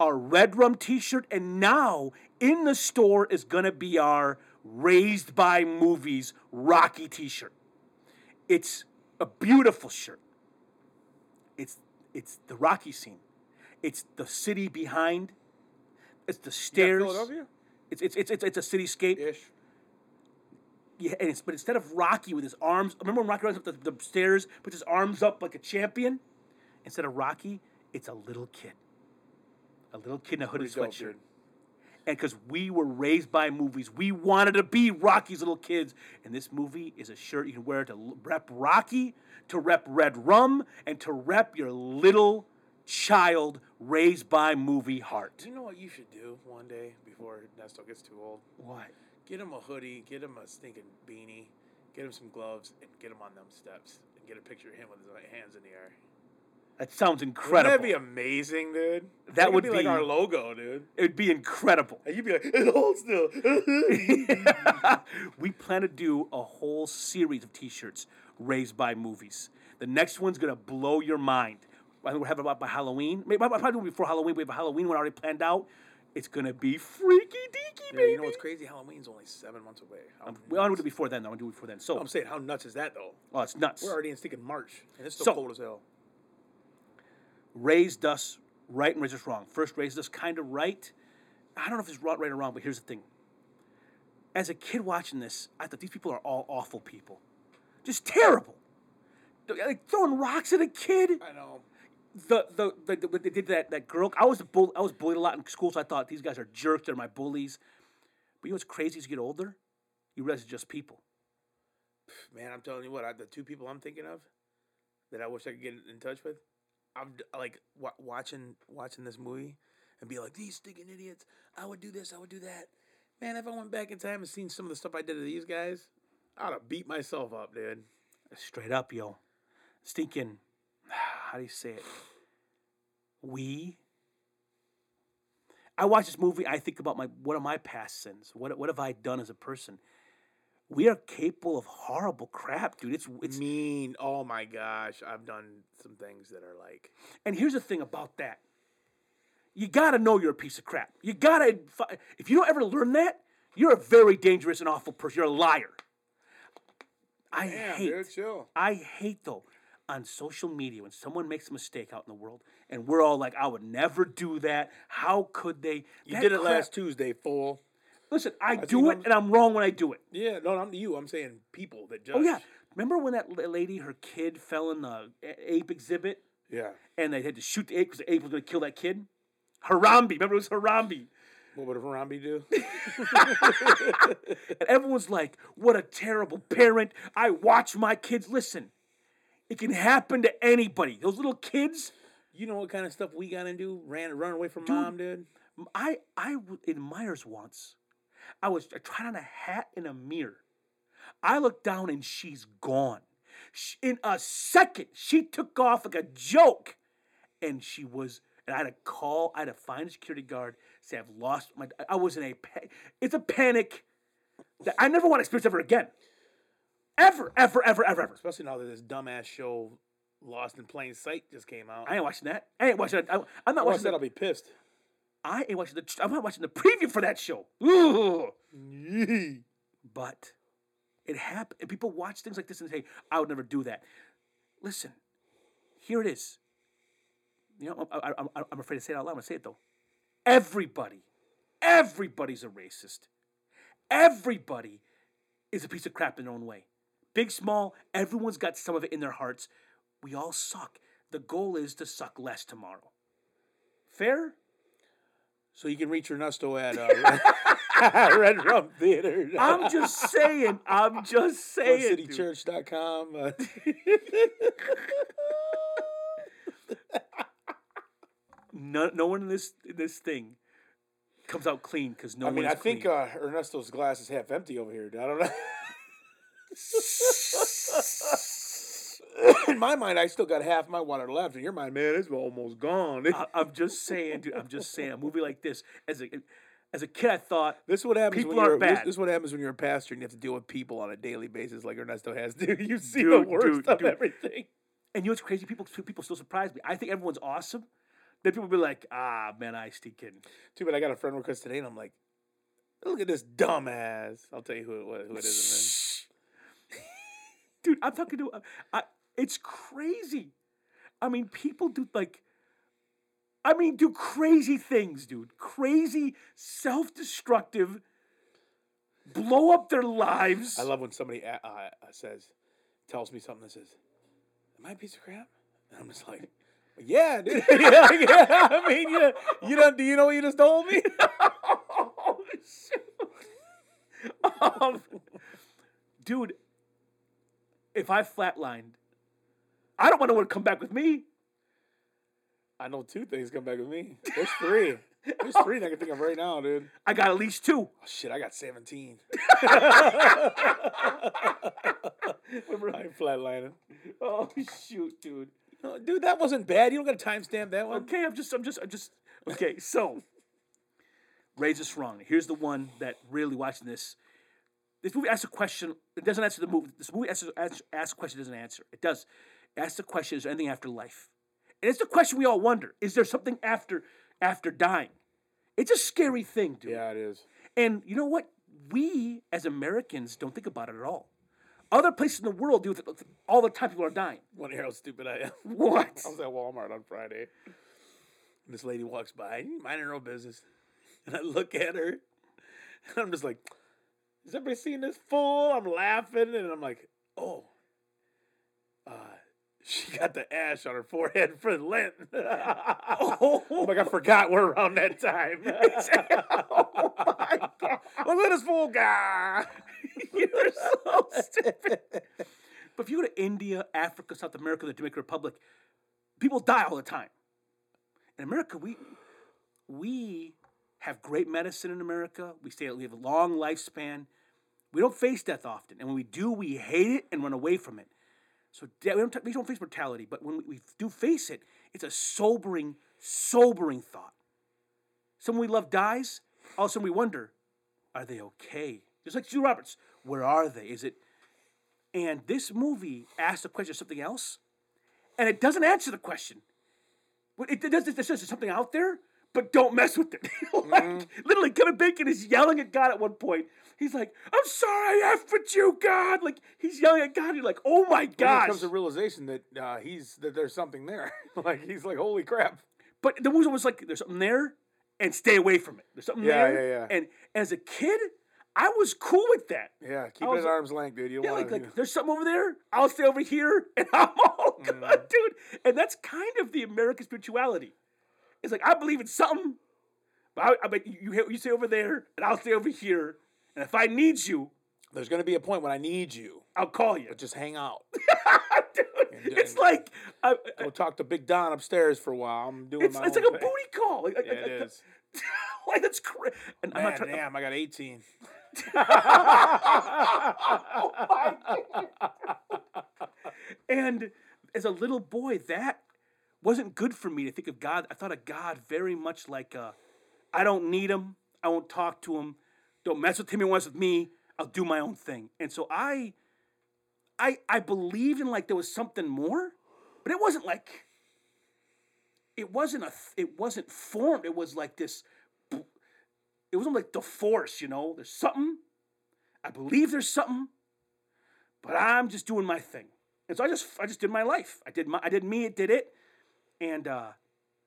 S1: our Red Rum t-shirt, and now in the store is gonna be our Raised by Movies Rocky t-shirt. It's a beautiful shirt. It's it's the Rocky scene. It's the city behind. It's the stairs.
S2: Philadelphia?
S1: It's, it's it's it's it's a cityscape.
S2: Ish.
S1: Yeah, and it's, but instead of Rocky with his arms, remember when Rocky runs up the, the stairs, puts his arms up like a champion? Instead of Rocky, it's a little kid. A little kid in a hooded
S2: dope,
S1: sweatshirt.
S2: dude.
S1: And because we were raised by movies, we wanted to be Rocky's little kids. And this movie is a shirt you can wear to l- rep Rocky, to rep Red Rum, and to rep your little child raised by movie heart.
S2: Do you know what you should do one day before Nesto gets too old?
S1: What?
S2: Get him a hoodie, get him a stinking beanie, get him some gloves, and get him on them steps and get a picture of him with his like, hands in the air.
S1: That sounds
S2: Wouldn't
S1: incredible.
S2: that be amazing, dude? could
S1: would
S2: be like
S1: be-
S2: our logo, dude.
S1: it would be incredible.
S2: And you'd be like, it holds still.
S1: we plan to do a whole series of T-shirts raised by movies. The next one's gonna blow your mind. I think we'll have it about by Halloween. Maybe I'll probably do it before Halloween. We have a Halloween one already planned out. It's gonna be freaky deaky,
S2: Yeah,
S1: baby.
S2: you know what's crazy? Halloween's only seven months away. How
S1: we all do it before then. though. I want to do it before then. So,
S2: Oh, I'm saying, how nuts is that though?
S1: oh, it's nuts.
S2: We're already in stinking March, and it's still
S1: So-
S2: cold as hell.
S1: raised us right and raised us wrong. First raised us kind of right. I don't know if it's right, right or wrong, but here's the thing. As a kid watching this, I thought these people are all awful people, just terrible. Like throwing rocks at a kid.
S2: I know.
S1: The the, the, the what they did to that that girl. I was bull, I was bullied a lot in school, so I thought these guys are jerks. They're my bullies. But you know what's crazy? As you get older, you realize it's just people.
S2: Man, I'm telling you what, I, the two people I'm thinking of that I wish I could get in touch with, I'm d- like wa watching watching this movie and be like, these stinking idiots, I would do this, I would do that. Man, if I went back in time and seen some of the stuff I did to these guys, I'd have beat myself up, dude.
S1: Straight up, yo. Stinking. How do you say it? We. I watch this movie. I think about my what are my past sins? What what have I done as a person? We are capable of horrible crap, dude. It's it's
S2: mean. Oh my gosh, I've done some things that are like,
S1: And here's the thing about that. You gotta know you're a piece of crap. You gotta, if you don't ever learn that, you're a very dangerous and awful person. You're a liar. I hate,
S2: chill.
S1: I hate though on social media when someone makes a mistake out in the world and we're all like, I would never do that. How could they?
S2: You did it last Tuesday, fool.
S1: Listen, I
S2: seen
S1: do it
S2: them-
S1: and I'm wrong when I do it.
S2: Yeah, no, I'm you. I'm saying people that judge.
S1: Oh, yeah. Remember when that l- lady, her kid fell in the a- ape exhibit?
S2: yeah.
S1: and they had to shoot the ape because the ape was going to kill that kid. Harambe, remember it was Harambe,
S2: What would Harambe do?
S1: and everyone's like, "What a terrible parent!" I watch my kids. Listen, it can happen to anybody. Those little kids.
S2: you know what kind of stuff we gotta do? Ran, run away from mom, dude.
S1: I I w- in Myers once, I was uh, trying on a hat in a mirror. I look down and she's gone. Sh in a second, she took off like a joke, and she was. And I had to call. I had to find a security guard. Say I've lost my. I was in a. Pa- it's a panic that I never want to experience ever again. Ever, ever, ever, ever, ever.
S2: Especially now that this dumbass show Lost in Plain Sight just came out.
S1: I ain't watching that. I ain't watching. that. I, I'm not
S2: Oh, I
S1: watching.
S2: said I'll
S1: The,
S2: be pissed.
S1: I ain't watching the. I'm not watching the preview for that show. Ugh. but it happened. And people watch things like this and say, "I would never do that." Listen, here it is. You know, I, I, I, I'm afraid to say it out loud. I'm gonna say it though. Everybody, everybody's a racist. Everybody is a piece of crap in their own way. Big, small, everyone's got some of it in their hearts. We all suck. The goal is to suck less tomorrow. Fair?
S2: So you can reach your Nusto at uh, Red, Red Rum Theater.
S1: I'm just saying. I'm just saying. dude.
S2: citychurch.com. Uh,
S1: no, no one in this in this thing comes out clean because no
S2: I mean,
S1: one.
S2: I
S1: Is
S2: think
S1: clean.
S2: uh, Ernesto's glass is half empty over here. dude. I don't know. In my mind, I still got half my water left. In your mind, man, it's almost gone.
S1: I, I'm just saying, dude. I'm just saying, a movie like this. As a as a kid, I thought
S2: This is what happens
S1: People
S2: when you're
S1: aren't
S2: this-
S1: bad.
S2: This, is what happens when you're a pastor and you have to deal with people on a daily basis, like Ernesto has. Dude, you see
S1: Dude,
S2: the worst
S1: dude,
S2: of
S1: dude.
S2: everything.
S1: And you know what's crazy? People people still surprise me. I think everyone's awesome. Then people be like, ah, man, I stink kidding.
S2: Too bad I got a friend request today, and I'm like, look at this dumbass. I'll tell you who it was. Who it is.
S1: Dude, I'm talking to. I, it's crazy. I mean, people do like. I mean, do crazy things, dude. Crazy, self-destructive. Blow up their lives.
S2: In a minute. I love when somebody a- uh, says, tells me something that says, "Am I a piece of crap?" And I'm just like, "Yeah, dude. yeah, yeah. I mean, you, you don't. Do you know what you just told me?"
S1: Oh, shoot. Um, dude, if I flatlined, I don't want anyone to come back with me.
S2: I know two things come back with me. There's three. There's three that I can think of right now, dude.
S1: I got at least two.
S2: Oh, shit, I got 17. I'm flatlining.
S1: Oh shoot, dude.
S2: No, dude, that wasn't bad. You don't got to timestamp that one.
S1: Okay, I'm just, I'm just, I'm just. Okay, so raise us wrong. Here's the one that really watching this. This movie asks a question. It doesn't answer the movie. This movie asks, asks, asks a question. it Doesn't answer. It does. It asks the question: Is there anything after life? And it's the question we all wonder: Is there something after after dying? It's a scary thing, dude.
S2: Yeah, it is.
S1: And you know what? We as Americans don't think about it at all. Other places in the world do it all the time. People are dying. Oh,
S2: Want to hear how stupid I am?
S1: What?
S2: I was at Walmart on Friday. And this lady walks by, minding her own business. And I look at her. And I'm just like, has everybody seen this fool? I'm laughing. And I'm like, oh, uh, she got the ash on her forehead for Lent. oh, like I forgot we're around that time. oh my God. Look at this fool guy.
S1: You're so stupid. But if you go to India, Africa, South America, the Dominican Republic, people die all the time. In America, we we have great medicine in America. We stay, we have a long lifespan. We don't face death often, and when we do, we hate it and run away from it. So de- we, don't t- we don't face mortality, but when we, we do face it, it's a sobering, sobering thought. Someone we love dies. All of a sudden, we wonder, are they okay? Just like Sue Roberts, where are they? Is it? And this movie asks the question of something else, and it doesn't answer the question. What- It, it does. It says there's something out there, but don't mess with it. like, Literally, Kevin Bacon is yelling at God at one point. He's like, "I'm sorry, I effed with you, God!" Like he's yelling at God. You're like, "Oh my
S2: There
S1: God!"
S2: comes a realization that uh, he's that there's something there. like he's like, holy crap.
S1: But the movie was always like, there's something there, and stay away from it. There's something
S2: Yeah,
S1: there,
S2: yeah, yeah.
S1: and as a kid, I was cool with that.
S2: Yeah, keep
S1: I
S2: it
S1: was
S2: at
S1: like-
S2: arm's length, dude. You don't
S1: Yeah,
S2: want
S1: like,
S2: to.
S1: like there's something over there. I'll stay over here, and I'm all
S2: Mm-hmm.
S1: good, dude. And that's kind of the American spirituality. It's like I believe in something, but I, I bet you you you stay over there, and I'll stay over here. And if I need you,
S2: there's going to be a point when I need you.
S1: I'll call you.
S2: Just hang out.
S1: Dude, it's like I, I-
S2: Go talk to Big Don upstairs for a while. I'm doing
S1: it's,
S2: my
S1: it's
S2: own
S1: like a
S2: thing.
S1: booty call. Like, like,
S2: Yeah,
S1: like,
S2: it is.
S1: like, that's crazy. And I'm
S2: Man,
S1: not trying.
S2: damn, I got 18. Oh
S1: And as a little boy, that wasn't good for me to think of God. I thought of God very much like, uh, I don't need him. I won't talk to him. Don't mess with him. He wants with me. I'll do my own thing. And so I, I, I believed in like there was something more, but it wasn't like, it wasn't a, it wasn't formed. It was like this. It wasn't like the force, you know. There's something. I believe there's something, but I'm just doing my thing. And so I just I just did my life. I did my I did me, it did it. And uh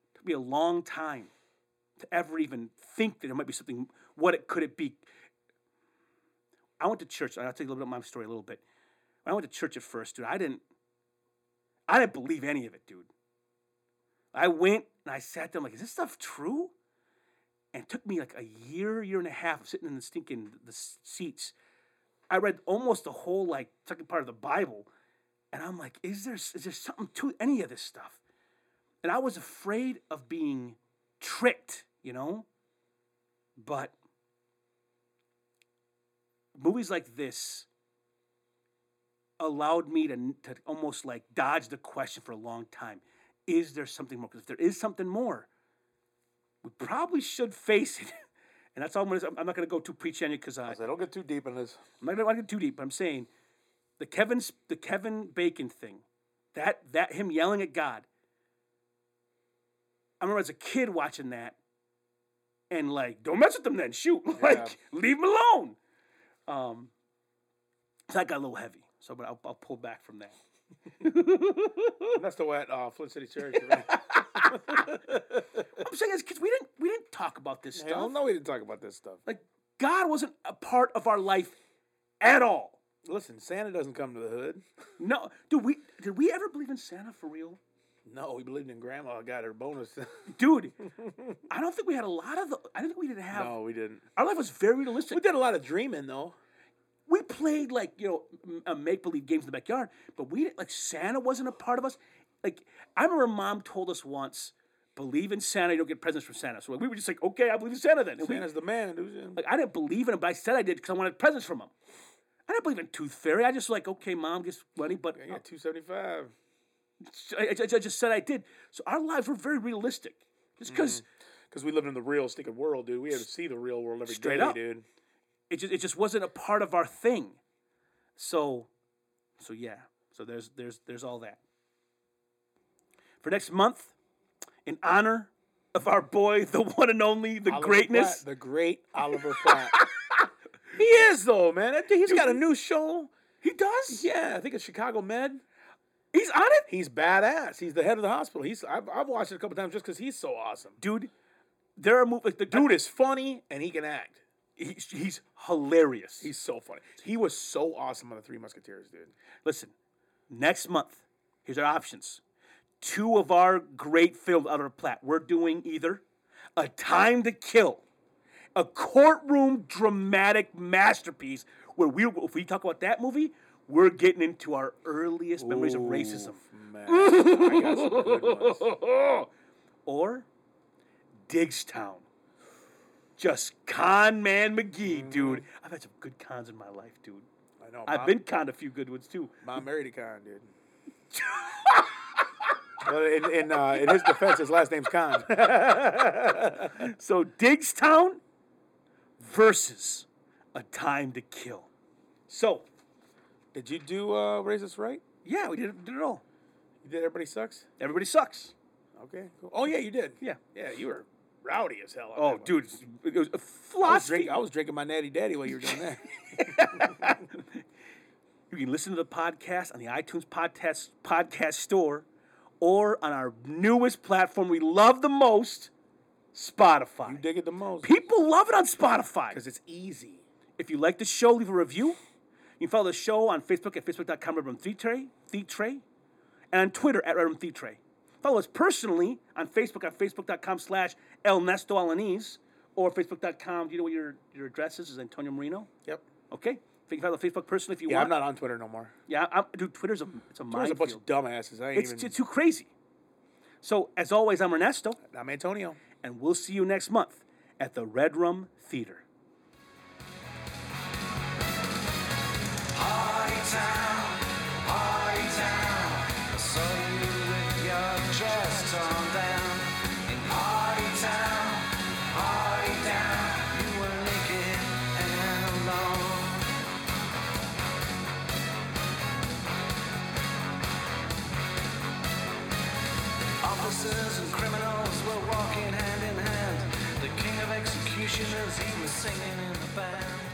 S1: it took me a long time to ever even think that there might be something what it could it be. I went to church, I'll tell you a little bit about my story a little bit. When I went to church at first, dude, I didn't I didn't believe any of it, dude. I went and I sat there, I'm like, is this stuff true? And it took me like a year, year and a half of sitting in the stinking the s- seats. I read almost the whole like second part of the Bible. And I'm like, is there is there something to any of this stuff? And I was afraid of being tricked, you know? But movies like this allowed me to, to almost like dodge the question for a long time. Is there something more? Because if there is something more, we probably should face it. And that's all I'm gonna. I'm not gonna go too preachy on you uh, because
S2: I said, don't get too deep in this.
S1: I'm not going to get too deep, but I'm saying the Kevin's the Kevin Bacon thing, that that him yelling at God. I remember as a kid watching that, and like, don't mess with them then. Shoot, like, leave them alone. Um, so that got a little heavy, so but I'll, I'll pull back from that.
S2: And that's the way at uh, Flint City Church. right?
S1: I'm saying as kids, we didn't we didn't talk about this
S2: Hell
S1: stuff.
S2: no, we didn't talk about this stuff.
S1: Like, God wasn't a part of our life at all.
S2: Listen, Santa doesn't come to the hood.
S1: No, dude, we did we ever believe in Santa for real?
S2: No, we believed in Grandma. Got her bonus.
S1: dude. I don't think we had a lot of the. I don't think we didn't have.
S2: no, we didn't.
S1: Our life was very
S2: We
S1: realistic.
S2: did a lot of dreaming though.
S1: We played like you know m- uh, make believe games in the backyard, but we didn't like Santa wasn't a part of us. Like I remember, Mom told us once, believe in Santa, you don't get presents from Santa. So like, we were just like, okay, I believe in Santa then. And we-
S2: Santa's the man. dude.
S1: like I didn't believe in him, but I said I did because I wanted presents from him. I didn't believe in tooth fairy. I just like okay, Mom, just money, but
S2: I got two seventy five.
S1: I, I- I just said I did. So our lives were very realistic. Just because
S2: Because we lived in the real stinking world, dude. We had to see the real world every day,
S1: Straight up.
S2: dude.
S1: it just it just wasn't a part of our thing. So so yeah. So there's there's there's all that. For next month, in honor of our boy, the one and only, the
S2: Oliver
S1: greatness.
S2: Platt, the great Oliver Platt. he is though, man. That dude- He's got a new show.
S1: He does?
S2: Yeah, I think it's Chicago Med.
S1: He's on it?
S2: He's badass. He's the head of the hospital. He's I've, I've watched it a couple times just because he's so awesome.
S1: Dude, there are movies like the
S2: Dude is funny and he can act.
S1: he's, he's hilarious.
S2: He's so funny. He was so awesome on the Three Musketeers, dude.
S1: Listen, next month, here's our options. Two of our great films out of Platt. We're doing either A Time to Kill, a courtroom dramatic masterpiece where we, if we talk about that movie, we're getting into our earliest memories of racism.
S2: Man, I got some good ones.
S1: Or Digstown. Just con man McGee, dude. I've had some good cons in my life, dude.
S2: I know.
S1: I've
S2: Mom-
S1: been conned a few good ones too.
S2: Mom married a con, dude. well, in in, uh, in his defense, his last name's Con.
S1: So Digstown versus A Time to Kill. So
S2: Did you do uh, Raise Us Right?
S1: yeah, we did, did it all.
S2: You did Everybody Sucks?
S1: Everybody sucks.
S2: Okay. Cool. Oh, yeah, you did.
S1: Yeah.
S2: Yeah, you were rowdy as hell. on that
S1: Oh,
S2: one.
S1: dude, it was a
S2: I was,
S1: philosophy.
S2: drink, I was drinking my Natty Daddy while you were doing that.
S1: You can listen to the podcast on the iTunes podcast podcast store, or on our newest platform we love the most, Spotify.
S2: you dig it the most.
S1: People love it on Spotify.
S2: Because it's easy.
S1: If you like the show, leave a review. You can follow the show on Facebook at facebook.com Reverend Thetray, Thetray, and on Twitter at Reverend Thetray. Follow us personally on Facebook at facebook.com slash El Nesto Alaniz or facebook.com. Do you know what your, your address is? Is Antonio Marino?
S2: Yep.
S1: Okay. You can follow the Facebook personally if you
S2: Yeah,
S1: want.
S2: I'm not on Twitter no more.
S1: yeah, I'm, dude, Twitter's a, it's a
S2: There's a
S1: minefield.
S2: bunch of dumbasses. I ain't
S1: it's,
S2: even.
S1: it's too crazy. So, as always, I'm Ernesto,
S2: I'm Antonio.
S1: and we'll see you next month at the Red Rum Theater.
S3: Party town, party town. I saw you with your dress torn down. In party town, party down. You were naked and alone. Officers and criminals were walking hand in hand. The king of executioners, he was singing in the band.